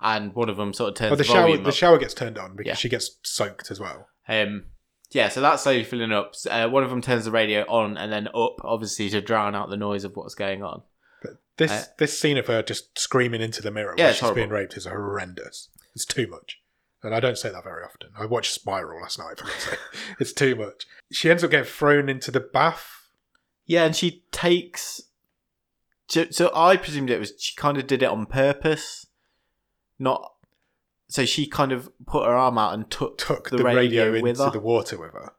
and one of them sort of turns
Oh, the
the,
shower
volume
the
up.
shower gets turned on because
Yeah.
she gets soaked as well.
um yeah so that's slowly filling up S- uh, one of them turns the radio on and then up obviously to drown out the noise of what's going on
This
Uh,
this scene of her just screaming into the mirror
Yeah,
while
it's
she's
horrible.
being raped is horrendous. It's too much. And I don't say that very often. I watched Spiral last night. For God's sake. [LAUGHS] it's too much. She ends up getting thrown into the bath
yeah and she takes so, so i presumed it was she kind of did it on purpose not so she kind of put her arm out and took
took
the
the, radio,
radio with
into
her.
the water with her.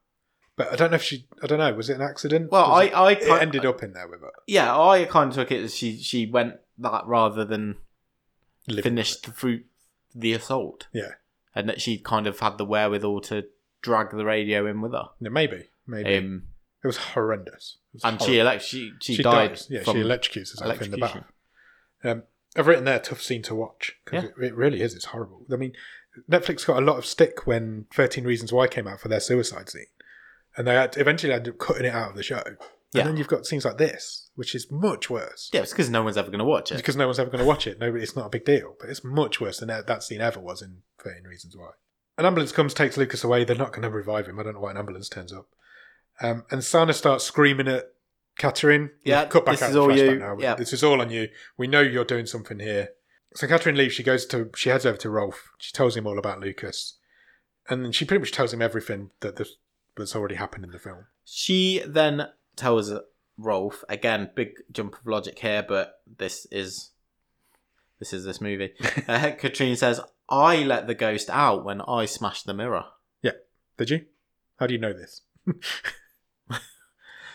But I don't know if she. I don't know. Was it an accident?
well
Was
i
it,
i
it
kind-
ended up in there with her.
yeah, I kind of took it as she she went that rather than
Living
finished through the assault.
Yeah.
and that she kind of had the wherewithal to drag the radio in with her.
with it. No, maybe, maybe
Um,
it was horrendous. It was
and she
horrible.
elect she she,
She
died.
dies. Yeah,
from,
she electrocutes herself in the bath.
electrocution.
Um, I've written there tough scene to watch because it, it really is. It's horrible. I mean, Netflix got a lot of stick when Thirteen Reasons Why came out for their suicide scene, and they had, eventually ended up cutting it out of the show.
Yeah.
And then you've got scenes like this, which is much worse.
yeah, it's because no one's ever going to watch it.
because no one's ever going to watch it. No, it's not a big deal, but it's much worse than that, that scene ever was in 13 Reasons Why. An ambulance comes, takes Lucas away. They're not going to revive him. I don't know why an ambulance turns up. Um, and Sana starts screaming at Catherine. We've
Yeah,
cut back
this
out
is
the
all
flashback
you.
Now.
Yeah.
this is all on you. We know you're doing something here. So Catherine leaves. She goes to. She heads over to Rolf. She tells him all about Lucas, and then she pretty much tells him everything that this, that's already happened in the film.
She then tells uh, Rolf again. Big jump of logic here, but this is this is
[LAUGHS]
this movie. uh, Katrine says, "I let the ghost out when I smashed the mirror."
Did you? How do you know this?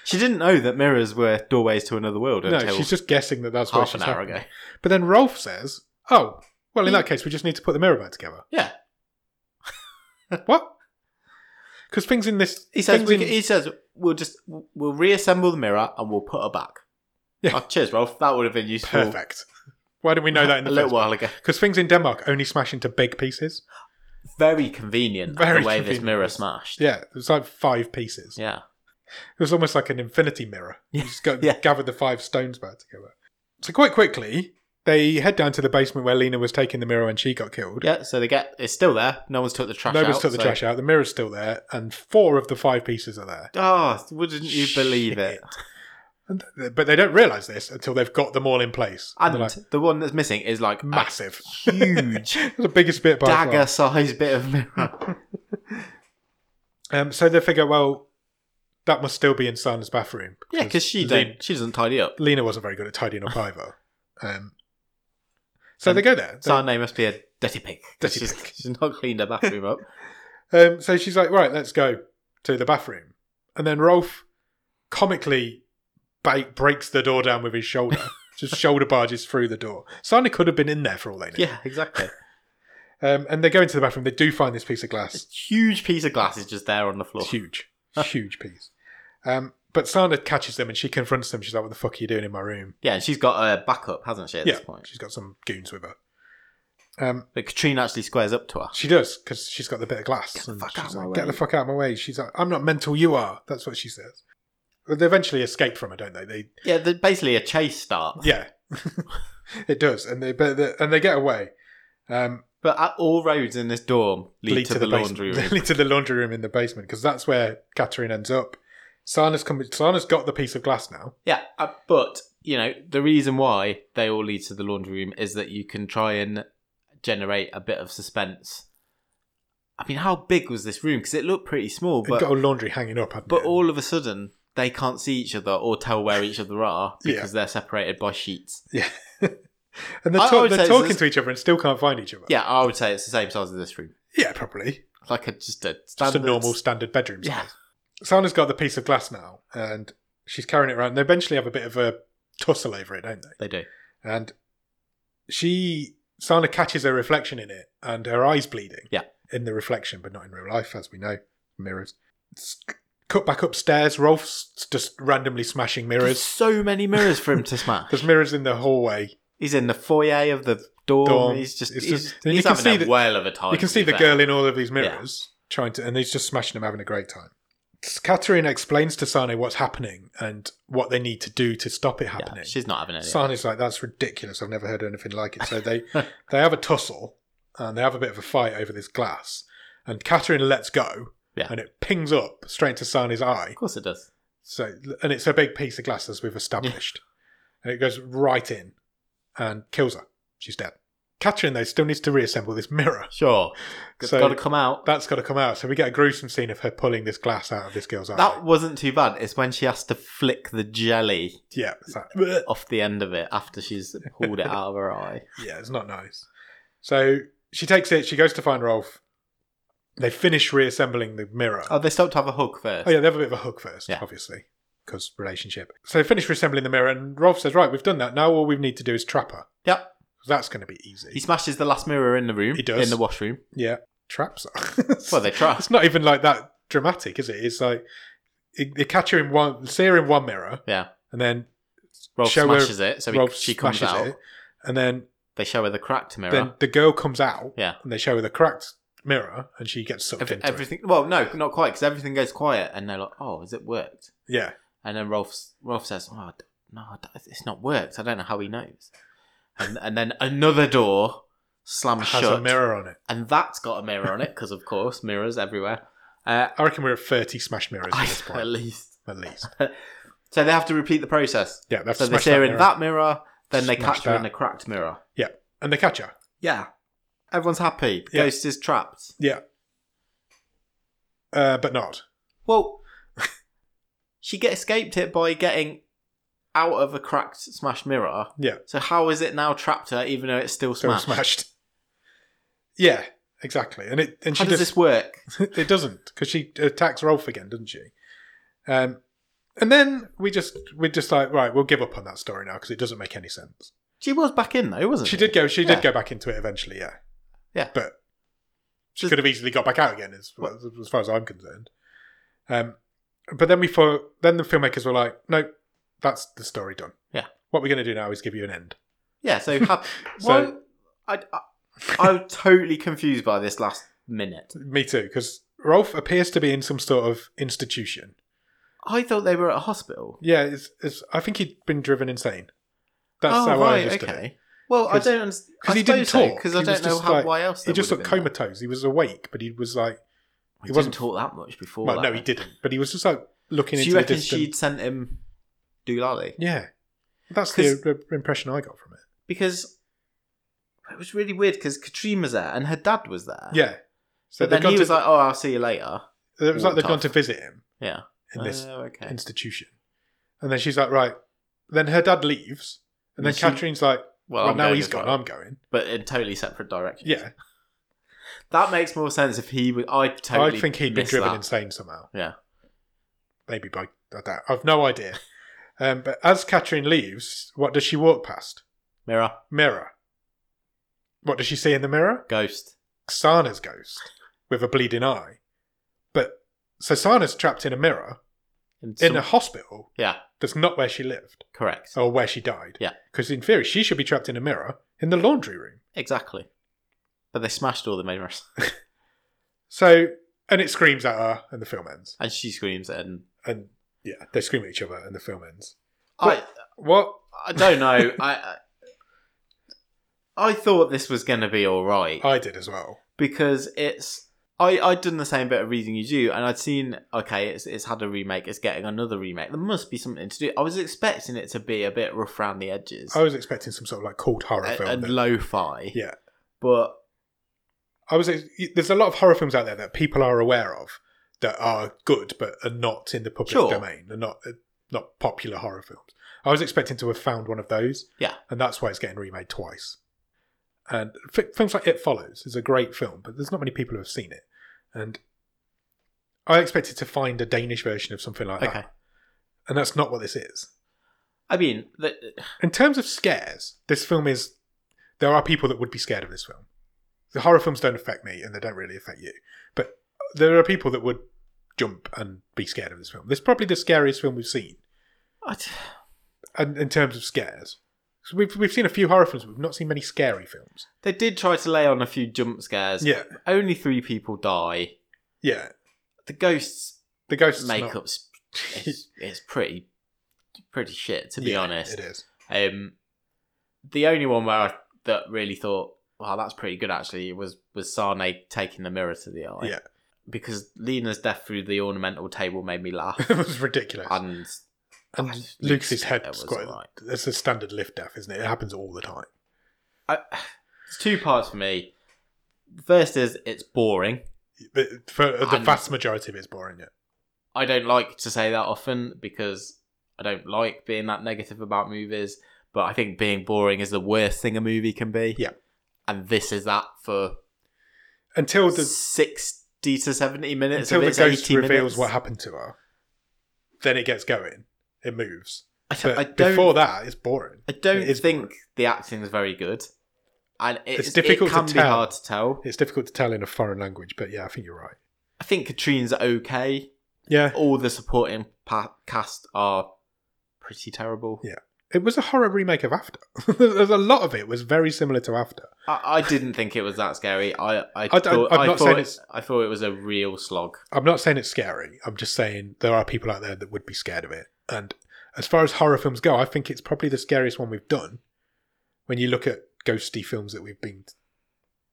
She didn't know that mirrors were doorways to another world
No,
until
she's just guessing that that's what
half
she's
an hour
happened.
ago.
But then Rolf says, "Oh, well, in
Yeah.
that case, we just need to put the mirror back together." [LAUGHS]
Yeah,
What? Because things in this,
he says.
things
We
in-
can, he says we'll just we'll reassemble the mirror and we'll put her back.
Yeah.
Oh, cheers, Rolf. That would have been useful.
perfect. Why didn't we know that
[LAUGHS]
in the
a little
first
while ago.
Because things in Denmark only smash into big pieces.
Very convenient
Very
the way this
convenient.
mirror smashed.
Yeah, it was like five pieces.
Yeah.
It was almost like an infinity mirror. You
[LAUGHS] Yeah.
just got,
Yeah.
gathered the five stones back together. So quite quickly, they head down to the basement where Lena was taking the mirror when she got killed.
Yeah, so they get it's still there. No one's took the trash
Nobody's
out.
took the
so-
trash out. The mirror's still there, and four of the five pieces are there.
Oh, wouldn't you believe it?
Shit. And th- But they don't realise this until they've got them all in place.
And
They're like,
the one that's missing is like a
massive, [LAUGHS]
huge
the biggest bit by far.
dagger sized bit of
[LAUGHS]
mirror.
Um, so they figure, well, that must still be in Sana's bathroom.
yeah, because she
Lin-
don't, she doesn't tidy up.
Lena wasn't very good at tidying
[LAUGHS]
up either. Um, so they go there. They-
Sarnay must be a dirty pig.
Dirty
she's,
pig.
[LAUGHS] she's not cleaned her
[LAUGHS]
bathroom up.
Um, so she's like, right, let's go to the bathroom. And then Rolf comically ba- breaks the door down with his shoulder,
[LAUGHS]
just shoulder barges through the door. Sana could have been in there for all they knew.
Yeah,
[LAUGHS]
exactly.
Um, and they go into the bathroom. They do find this piece of glass.
Huge piece of glass is just there on the floor.
It's
[LAUGHS]
huge, huge piece. Um, but Sana catches them and she confronts them. She's like, "What the fuck are you doing in my room?"
Yeah, and she's got a backup, hasn't she, at
yeah,
this point?
she's got some goons with her. Um,
But Katrine actually squares up to her.
she does because she's got the bit of glass. Get
the fuck out of my
Get
way."
the fuck out of my way. She's like, "I'm not mental. You are." That's what she says. But they eventually escape from her, don't they? They
Yeah, the, basically a chase start.
yeah, [LAUGHS] it does, and they but they, and they get away. Um,
But at all roads in this dorm lead, to, the,
bas- [LAUGHS]
laundry room.
lead to the laundry room in the basement because that's where Catherine ends up. Sana's come. Sana's got the piece of glass now.
Yeah, uh, but you know the reason why they all lead to the laundry room is that you can try and generate a bit of suspense. I mean, how big was this room? Because it looked pretty small,
It
but
got a laundry hanging up. hadn't
but
it?
all of a sudden they can't see each other or tell where each other are
[LAUGHS] Yeah.
because they're separated by sheets.
yeah. and they're,
I- I
talk-
would say
they're
it's-
talking to each other and still can't find each other.
Yeah, I would say it's the same size as this room,
Yeah, probably.
like a, just a
Just a
standard-
normal standard bedroom.
Yeah,
Sana's got the piece of glass now, and she's carrying it around. They eventually have a bit of a tussle over it, don't they?
they do.
And she, Sana catches her reflection in it, and her eyes bleeding.
Yeah.
in the reflection, but not in real life, as we know, mirrors. S- Cut back upstairs. Rolf's just randomly smashing
There's
mirrors.
so many mirrors
[LAUGHS]
for him to smash.
There's mirrors in the hallway.
He's in the foyer of the dorm.
Dorm.
He's just
It's
he's,
just- and you
he's
can
having
see
a
the-
whale of a time.
You can
to
see
be
the
fair.
girl in all of these mirrors trying to, and he's just smashing them, having a great time. Katerina explains to Sane what's happening and what they need to do to stop it
Yeah,
happening.
she's not having any. of it.
Sarni's like, that's ridiculous. I've never heard anything like it. So they [LAUGHS] they have a tussle and they have a bit of a fight over this glass. And Catherine lets go
Yeah.
and it pings up straight into Sarni's eye.
Of course it does.
So and it's a big piece of glass as we've established. and it goes right in and kills her. She's dead. Catherine though still needs to reassemble this mirror.
Sure. It's
So-
got to come out.
That's got to come out. So we get a gruesome scene of her pulling this glass out of this girl's eye.
That wasn't too bad. It's when she has to flick the jelly
yeah, it's like,
off the end of it after she's pulled it out of
[LAUGHS]
her eye.
Yeah, it's not nice. So she takes it. She goes to find Rolf. They finish reassembling the mirror.
Oh, they stopped to have a hug first.
Oh yeah, they have a bit of a hook first,
Yeah.
obviously, because relationship. So they finish reassembling the mirror, and Rolf says, "Right, we've done that. Now all we need to do is trap her.
Yep.
'Cause That's going to be easy."
He smashes the last mirror in the room.
He does.
In the washroom.
yeah, traps her.
[LAUGHS]
[LAUGHS]
Well, they try.
It's not even like that dramatic, is it? It's like it- they catch her in one, see her in one mirror,
Yeah.
and then
Rolf
Show her-
smashes it, so he,
Rolf
she comes
smashes
out.
it, and then
They show her the cracked mirror.
then the girl comes out,
Yeah.
and they show her the cracked mirror, and she gets sucked
Every-
into it.
everything. Well, no, not quite, because everything goes quiet, and they're like, "Oh, has it worked?"
Yeah,
And then Rolf Rolf says, "Oh, I d- no, I d- it's not worked. I don't know how he knows." And and then another door slams
has
shut,
a mirror on it.
and that's got a mirror on it because, of course, mirrors everywhere. Uh,
I reckon we're at 30 smash mirrors at this
at
point,
least.
at least.
So they have to repeat the process.
Yeah, they've
So they
smashed
see her
that
in
mirror.
that mirror, then they
Smash
catch her in
that.
a cracked mirror.
and they catch her.
Yeah, everyone's happy. The
Yeah.
Ghost is trapped.
Yeah. Uh, but not.
Well, [LAUGHS] she get escaped it by getting out of a cracked, smashed mirror.
Yeah.
So how is it now trapped her, even though it's still
So
smashed?
smashed. Yeah, exactly. And it and
How
she
does
just
this work?
it doesn't because she attacks Rolf again, doesn't she? Um, and then we just we're just like right, we'll give up on that story now because it doesn't make any sense.
She was back in though, wasn't
She did go. She
Yeah.
did go back into it eventually. Yeah.
Yeah.
But she
Just-
could have easily got back out again, as, well, as far as I'm concerned. Um, but then we thought. Then the filmmakers were like, "No, that's the story done.
Yeah.
What we're going to do now is give you an end.
Yeah. So,
[LAUGHS]
hap-
So-
why? I, I, I'm totally confused by this last minute.
Me too, because Rolf appears to be in some sort of institution.
I thought they were at a hospital.
Yeah. It's, it's, I think he'd been driven insane. That's
oh
how I
right,
understood
okay.
it.
Well, I
'Cause-
don't understand.
'cause he didn't talk.
because
He
I
was
don't know
just
how
like-
why else.
He
there
just
would
looked
have been there.
comatose. He was awake, but he was like,
He,
He
wasn't
wasn't-
talk that much before.
well,
that,
no, he
though.
didn't. But he was just like looking
Do
into
you
the
reckon
distance.
she'd sent him Doolally?
Yeah. That's the,
'Cause-
the impression I got from it.
because it was really weird because Katrina was there and her dad was there.
Yeah. So
Uh, but then
they've gone
he
to,
was like, "Oh, I'll see you later."
it was like they've
walked
gone
off.
to visit him
Yeah.
in this
Oh, okay.
institution. And then she's like, right. Then her dad leaves. And then
And she-
Catherine's like,
well,
well,
I'm
now
going
he's
as
gone,
well.
I'm going.
but in totally separate directions.
Yeah.
that makes more sense if he would. I totally.
I think he'd been
missed
driven
that.
insane somehow.
Yeah.
Maybe by that. I've no idea. um, but as Catherine leaves, what does she walk past?
Mirror,
Mirror. What does she see in the mirror?
ghost.
Sana's ghost with a bleeding eye. But so Sana's trapped in a mirror
and
in
some-
a Oh. hospital
yeah,
that's not where she lived
correct.
or where she died.
Yeah.
Because in theory, she should be trapped in a mirror in the laundry room.
Exactly. But they smashed all the mirrors,
So, and it screams at her, and the film ends.
[LAUGHS] and she screams. And
And yeah, they scream at each other, and the film ends.
I,
What?
I don't know. I, I, I thought this was going to be all right
Oh. I did as well.
because it's. I I'd done the same bit of reading as you, and I'd seen okay, it's it's had a remake, it's getting another remake. There must be something to do. I was expecting it to be a bit rough around the edges
I was expecting some sort of like cult horror
and,
film.
and
that-
lo-fi,
yeah,
but
I was. There's a lot of horror films out there that people are aware of that are good, but are not in the public
Sure.
domain. They're not uh, not popular horror films. I was expecting to have found one of those.
Yeah.
and that's why it's getting remade twice. And f- films like It Follows is a great film, but there's not many people who have seen it. And I expected to find a Danish version of something like
Okay.
that, and that's not what this is.
I mean, the,
In terms of scares, this film is. There are people that would be scared of this film. The horror films don't affect me, and they don't really affect you. But there are people that would jump and be scared of this film. This is probably the scariest film we've seen,
I d-
and in terms of scares, so we've we've seen a few horror films, but we've not seen many scary films.
they did try to lay on a few jump scares.
Yeah,
Only three people die.
yeah.
The ghosts
The ghosts
makeup's
[LAUGHS]
it's, it's pretty pretty shit to be honest.
it is. [LAUGHS]
Um, the only one where I that really thought, wow, that's pretty good actually, was was Sane taking the mirror to the eye.
Yeah.
Because Lena's death through the ornamental table made me
[LAUGHS]
laugh,
it was ridiculous.
and
and
I-
Luke's
that
head
was
squat.
alright.
That's a standard lift death, isn't it? It happens all the time.
I, [SIGHS] it's two parts for me. The first is it's boring.
But for the
And-
vast majority of it's boring. Yeah.
I don't like to say that often because I don't like being that negative about movies, but I think being boring is the worst thing a movie can be.
Yeah.
And this is that for
Until the
60 to 70 minutes
until
of
the
its
ghost
80
reveals
minutes.
what happened to her, then it gets going. It moves.
I don't,
But
I don't,
before that, it's boring.
I don't
it is
think the acting is very good. And it's,
difficult
difficult
to
it can be
tell.
hard to tell.
It's difficult to tell in a foreign language, but yeah, I think you're right.
I think Katrine's okay.
Yeah,
All the supporting pa- cast are pretty terrible.
Yeah. it was a horror remake of After. [LAUGHS] There's a lot of it was very similar to After.
I, I didn't think it was that scary. I I,
don't-
thought,
I'm
I,
not saying
thought
it's-
I thought it was a real slog.
I'm not saying it's scary. I'm just saying there are people out there that would be scared of it. And as far as horror films go, I think it's probably the scariest one we've done. When you look at ghosty films that we've been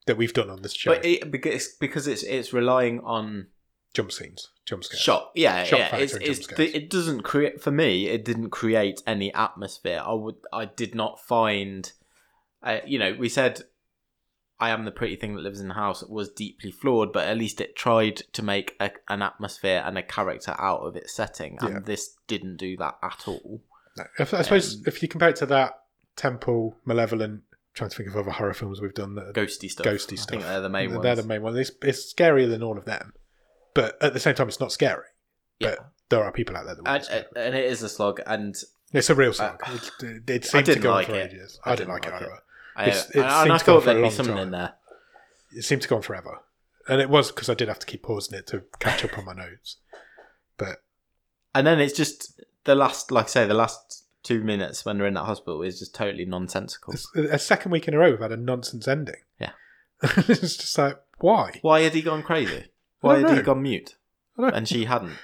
that we've done on this show,
But it, because because it's it's relying on
jump scenes, jump scares.
shot. Yeah,
Shock
yeah.
factor
It's,
and
it's
jump scares.
the, it doesn't create for me. It didn't create any atmosphere. I would. I did not find. Uh, you know, we said, "I am the pretty thing that lives in the house." Was deeply flawed, but at least it tried to make a, an atmosphere and a character out of its setting, and
Yeah.
this didn't do that at all.
No. If, I suppose
Um,
if you compare it to that, Temple, Malevolent, trying to think of other horror films we've done that are
Ghosty stuff.
ghosty stuff.
I think they're the main ones.
They're the main ones. It's, it's scarier than all of them, but at the same time, it's not scary.
Yeah.
There are people out there that would be
and, uh,
scared.
and it is a slog, and
It's a real
[SIGHS]
slog.
I-
it, it, it seemed to
didn't
go on
like
for
it.
ages.
I
I, didn't
didn't
like it
like it.
either.
I,
It's- it
uh, and I
seems
thought
gone for a
there'd be
long
something
time.
in there.
It seemed to go on forever, and it was because I did have to keep pausing it to catch up on my notes. But
And then it's just the last, like I say, the last two minutes when they're in that hospital is just totally nonsensical.
it's a second week in a row, we've had a nonsense ending.
Yeah.
[LAUGHS] it's just like why?
Why had he gone crazy? Why
don't
had he
know.
gone mute?
I don't-
And she hadn't.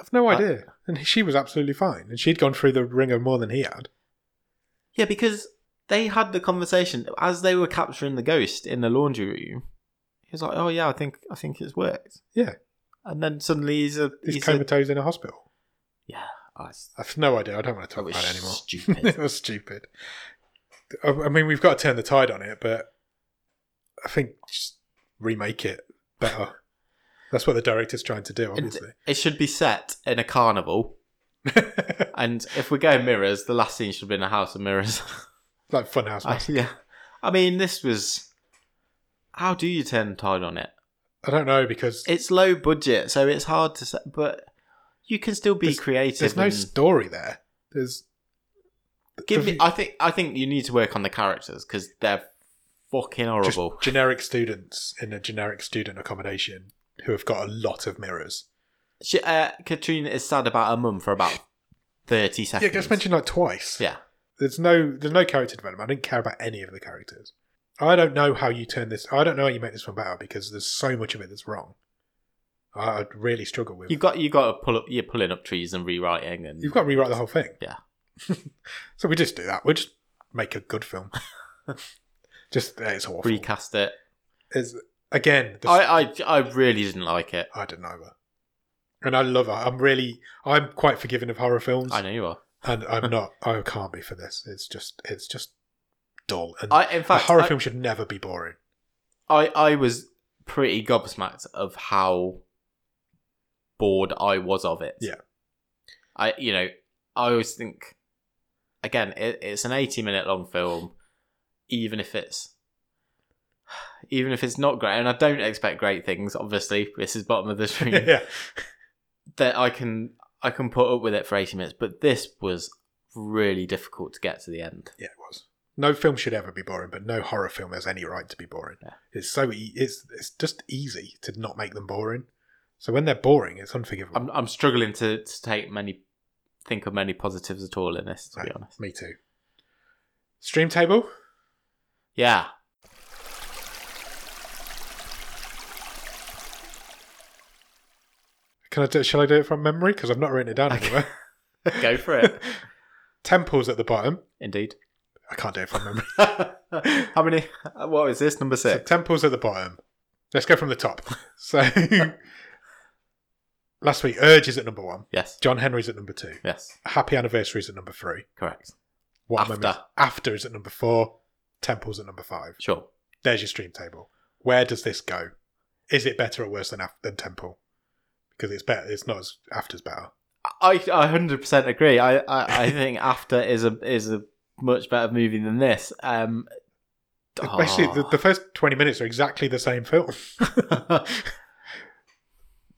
I've no
I-
idea. and she was absolutely fine, and she'd gone through the ringer more than he had.
Yeah, because they had the conversation as they were capturing the ghost in the laundry room. He was like, "Oh yeah, I think I think it's worked."
Yeah.
And then suddenly he's a
He's,
he's a,
comatose in a hospital.
yeah. I s-
I've no idea. I don't want to
That
talk
was
about it anymore. [LAUGHS]
stupid.
it was stupid. I, I mean, we've got to turn the tide on it, but I think just remake it better. That's what the director's trying to do,
And
obviously. [LAUGHS]
it should be set in a carnival. And if we're going mirrors, the last scene should be in a house of mirrors. [LAUGHS]
like Funhouse.
I,
Massacre.
[LAUGHS] yeah. I mean, this was. How do you turn the tide on it?
I don't know because
It's low budget, so it's hard to. Say, but you can still be
There's-
creative.
there's no
and
story there. There's
give me. I think. I think you need to work on the characters because they're fucking
just
horrible.
generic students in a generic student accommodation who have got a lot of mirrors.
She, uh, Katrina is sad about her mum for about thirty
Yeah,
seconds.
it gets mentioned like twice.
Yeah.
There's no there's no character development. I didn't care about any of the characters. I don't know how you turn this. I don't know how you make this one better because there's so much of it that's wrong. I I'd really struggle with.
You got. You got to pull up. You're pulling up trees and rewriting, and
You've got to rewrite the whole thing.
Yeah.
[LAUGHS] so we just do that. We just make a good film. [LAUGHS] just it's awful.
recast it.
It's, Again, the
I, I I really didn't like it.
I didn't either. And I love it. I'm really, I'm quite forgiving of horror films,
I know you are.
and I'm not. I can't be for this. It's just, it's just dull. And
I in fact
a horror
I,
film should never be
[LAUGHS]
boring.
I I was pretty gobsmacked of how bored I was of it.
Yeah.
I you know I always think again it, it's an eighty minute long film, even if it's even if it's not great, and I don't expect great things. Obviously, this is
[LAUGHS]
bottom of the stream.
yeah,
that I can I can put up with it for eighty minutes, but this was really difficult to get to the end.
yeah, it was. No film should ever be boring, but no horror film has any right to be boring.
Yeah.
It's so e- it's it's just easy to not make them boring. So when they're boring, it's unforgivable.
I'm I'm struggling to, to take many think of many positives at all in this, to be
No,
honest.
Me too. Stream table.
Yeah.
Can I do? Shall I do it from memory? Because I've not written it down
Okay.
anywhere.
Go for [LAUGHS] it.
[LAUGHS] Temples at the bottom.
Indeed.
I can't do it from
[LAUGHS]
memory.
How many what is this? Number
so
six.
temples at the bottom. Let's go from the
[LAUGHS]
top. So [LAUGHS] last week, Urge is at number one.
Yes.
John Henry's at number two.
Yes.
Happy Anniversary is at number three.
Correct.
What
After.
After. After is at number four. Temple's at number five.
Sure.
There's your stream table. Where does this go? Is it better or worse than Af- than Temple? Because it's better. It's not as After's better.
I I hundred percent agree. I, I, I think After is a is a much better movie than this. Um
Especially the, the first twenty minutes are exactly the same
[LAUGHS]
film.
oh.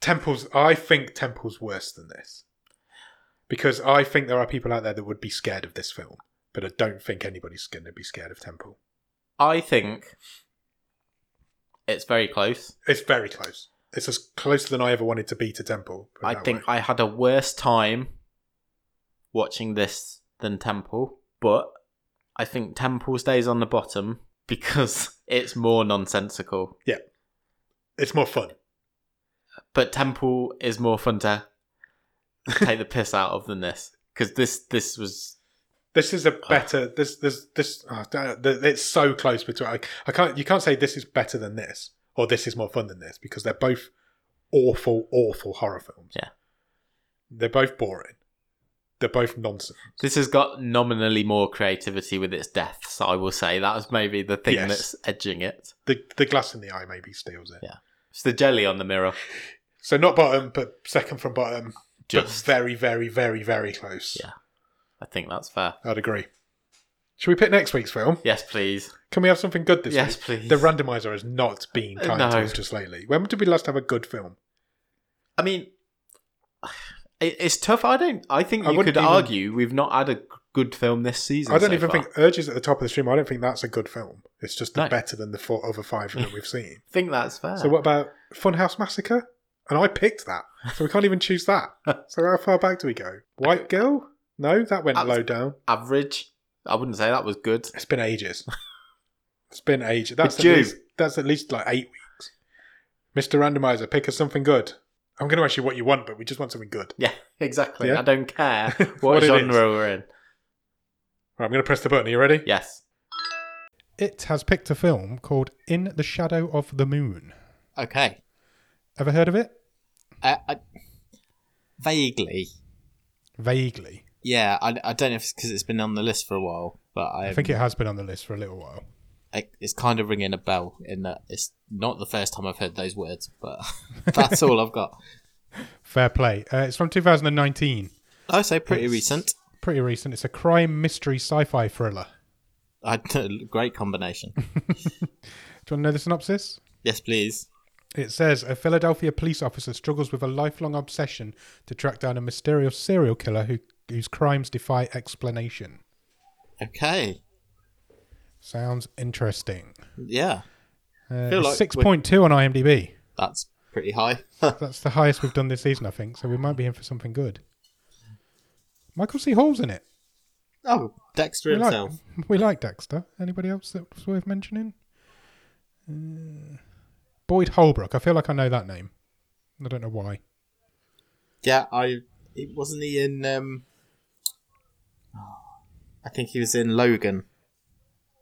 Temple's. I think Temple's worse than this because I think there are people out there that would be scared of this film, but I don't think anybody's going to be scared of Temple.
[LAUGHS] I think it's very close.
It's very close. It's as close than I ever wanted to be to Temple. put it
I
that
think
way.
I had a worse time watching this than Temple, but I think Temple stays on the bottom because [LAUGHS] it's more nonsensical.
it's more fun.
But Temple is more fun to take the piss out of than this because this this was
This is a better. This this this. Oh, da- th- it's so close between. I, I can't. You can't say this is better than this or this is more fun than this because they're both awful, awful horror films.
Yeah.
They're both boring. They're both nonsense.
this has got nominally more creativity with its deaths. I will say that was maybe the thing
Yes.
that's edging it.
The the glass in the eye maybe steals it.
Yeah. It's the jelly on the mirror.
So not bottom, but second from bottom.
Just
but very, very, very, very close.
Yeah. I think that's fair.
I'd agree. Should we pick next week's film?
Yes, please.
Can we have something good this
yes,
week?
please. Uh,
The randomizer has not been kind
No.
to us just lately. When did we last have a good film?
I mean, it, it's tough. I don't. I think
I
you
wouldn't
could
even-
argue we've not had a g- good film this season.
I don't
so
even
far.
think Urges at the top of the stream. I don't think that's a good film. It's just
No.
better than the four other five that we've
[LAUGHS]
seen.
Think that's fair.
So what about Funhouse Massacre? And I picked that, so we can't even choose
[LAUGHS]
that. So how far back do we go? White Girl? No, that went
Abs-
low down.
Average. I wouldn't say that was good.
It's been ages. It's been ages. That's
It's
at
due.
least that's at least like eight weeks. Mr. Randomizer, pick us something good. I'm going to ask you what you want, but we just want something good.
Yeah, [LAUGHS] exactly.
Yeah.
I
[LAUGHS]
don't care what,
What it
genre
is.
we're in.
Right, I'm going to press the button. Are you ready?
Yes.
It has picked a film called In the Shadow of the Moon.
Okay.
Ever heard of it?
Uh, I, vaguely.
Vaguely.
Yeah, I, I don't know if it's because it's been on the list for a while, but I,
I think it has been on the list for a little while.
I- it's kind of ringing a bell in that it's not the first time I've heard those words, but [LAUGHS] that's all I've got.
Fair play. Uh, it's from 2019.
I say pretty
It's-
recent.
Pretty recent. It's a crime mystery sci-fi thriller.
I, great
[LAUGHS]
combination.
Do you want to know the synopsis?
yes, please.
It says a Philadelphia police officer struggles with a lifelong obsession to track down a mysterious serial killer who, whose crimes defy explanation.
Okay.
Sounds interesting.
Yeah,
Uh,
Feel
it's
like
6.2 on IMDb.
that's pretty high. [LAUGHS]
That's the highest we've done this season, I think. So we might be in for something good. Michael C. Hall's in it.
oh, Dexter
We
himself.
like, [LAUGHS] we like Dexter. Anybody else that's worth mentioning? Uh, Boyd Holbrook. I feel like I know that name. I don't know why.
Yeah, I it- wasn't he in. Um, oh, I think he was in Logan.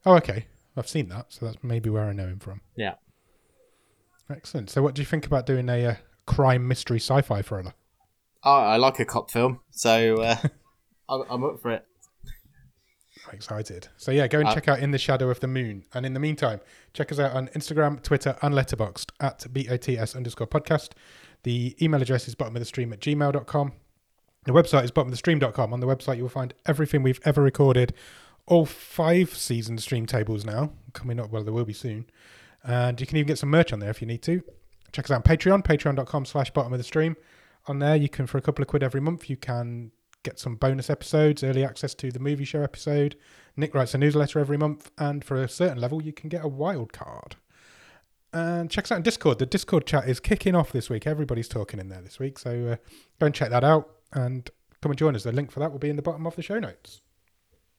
Oh, okay. I've seen that, so that's maybe where I know him from.
Yeah.
Excellent. So, what do you think about doing a uh, crime mystery sci-fi thriller?
Oh, I like a cop film, so [LAUGHS] uh, I'm, I'm up for it.
I'm excited. So, yeah, go and
Uh,
check out In the Shadow of the Moon. And in the meantime, check us out on Instagram, Twitter, and Letterboxd at BOTS underscore podcast. The email address is bottom of the stream at gmail.com. The website is bottomofthestream.com. On the website, you will find everything we've ever recorded, all five season stream tables now coming up. Well, there will be soon, and you can even get some merch on there if you need to. Check us out on Patreon, Patreon.com/slash Bottom of the Stream. On there, you can for a couple of quid every month, you can get some bonus episodes, early access to the movie show episode. Nick writes a newsletter every month, and for a certain level, you can get a wild card. And check us out on Discord. The Discord chat is kicking off this week. Everybody's talking in there this week, so uh, go and check that out and come and join us. The link for that will be in the bottom of the show notes.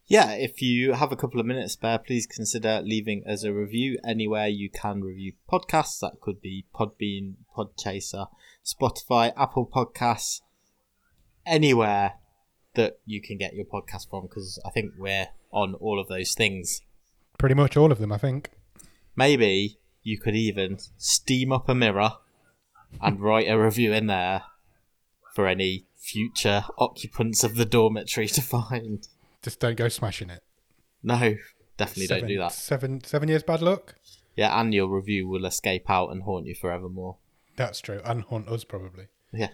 Yeah, if you have a couple of minutes spare, please consider leaving us a review anywhere you can review podcasts. That could be Podbean, Podchaser, Spotify, Apple Podcasts, anywhere that you can get your podcast from, because I think we're on all of those things.
Pretty much all of them, I think.
Maybe you could even steam up a mirror and write a review in there for any future occupants of the dormitory to find.
Just don't go smashing it.
No, definitely do
seven,
don't do that.
Seven, seven years bad luck.
Yeah, and your review will escape out and haunt you forevermore.
That's true, and haunt us probably.
Yeah.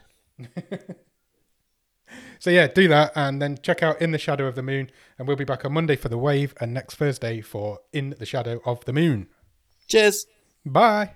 So yeah, do that, and then check out In the Shadow of the Moon, and we'll be back on Monday for the Wave, and next Thursday for In the Shadow of the Moon.
Cheers!
Bye.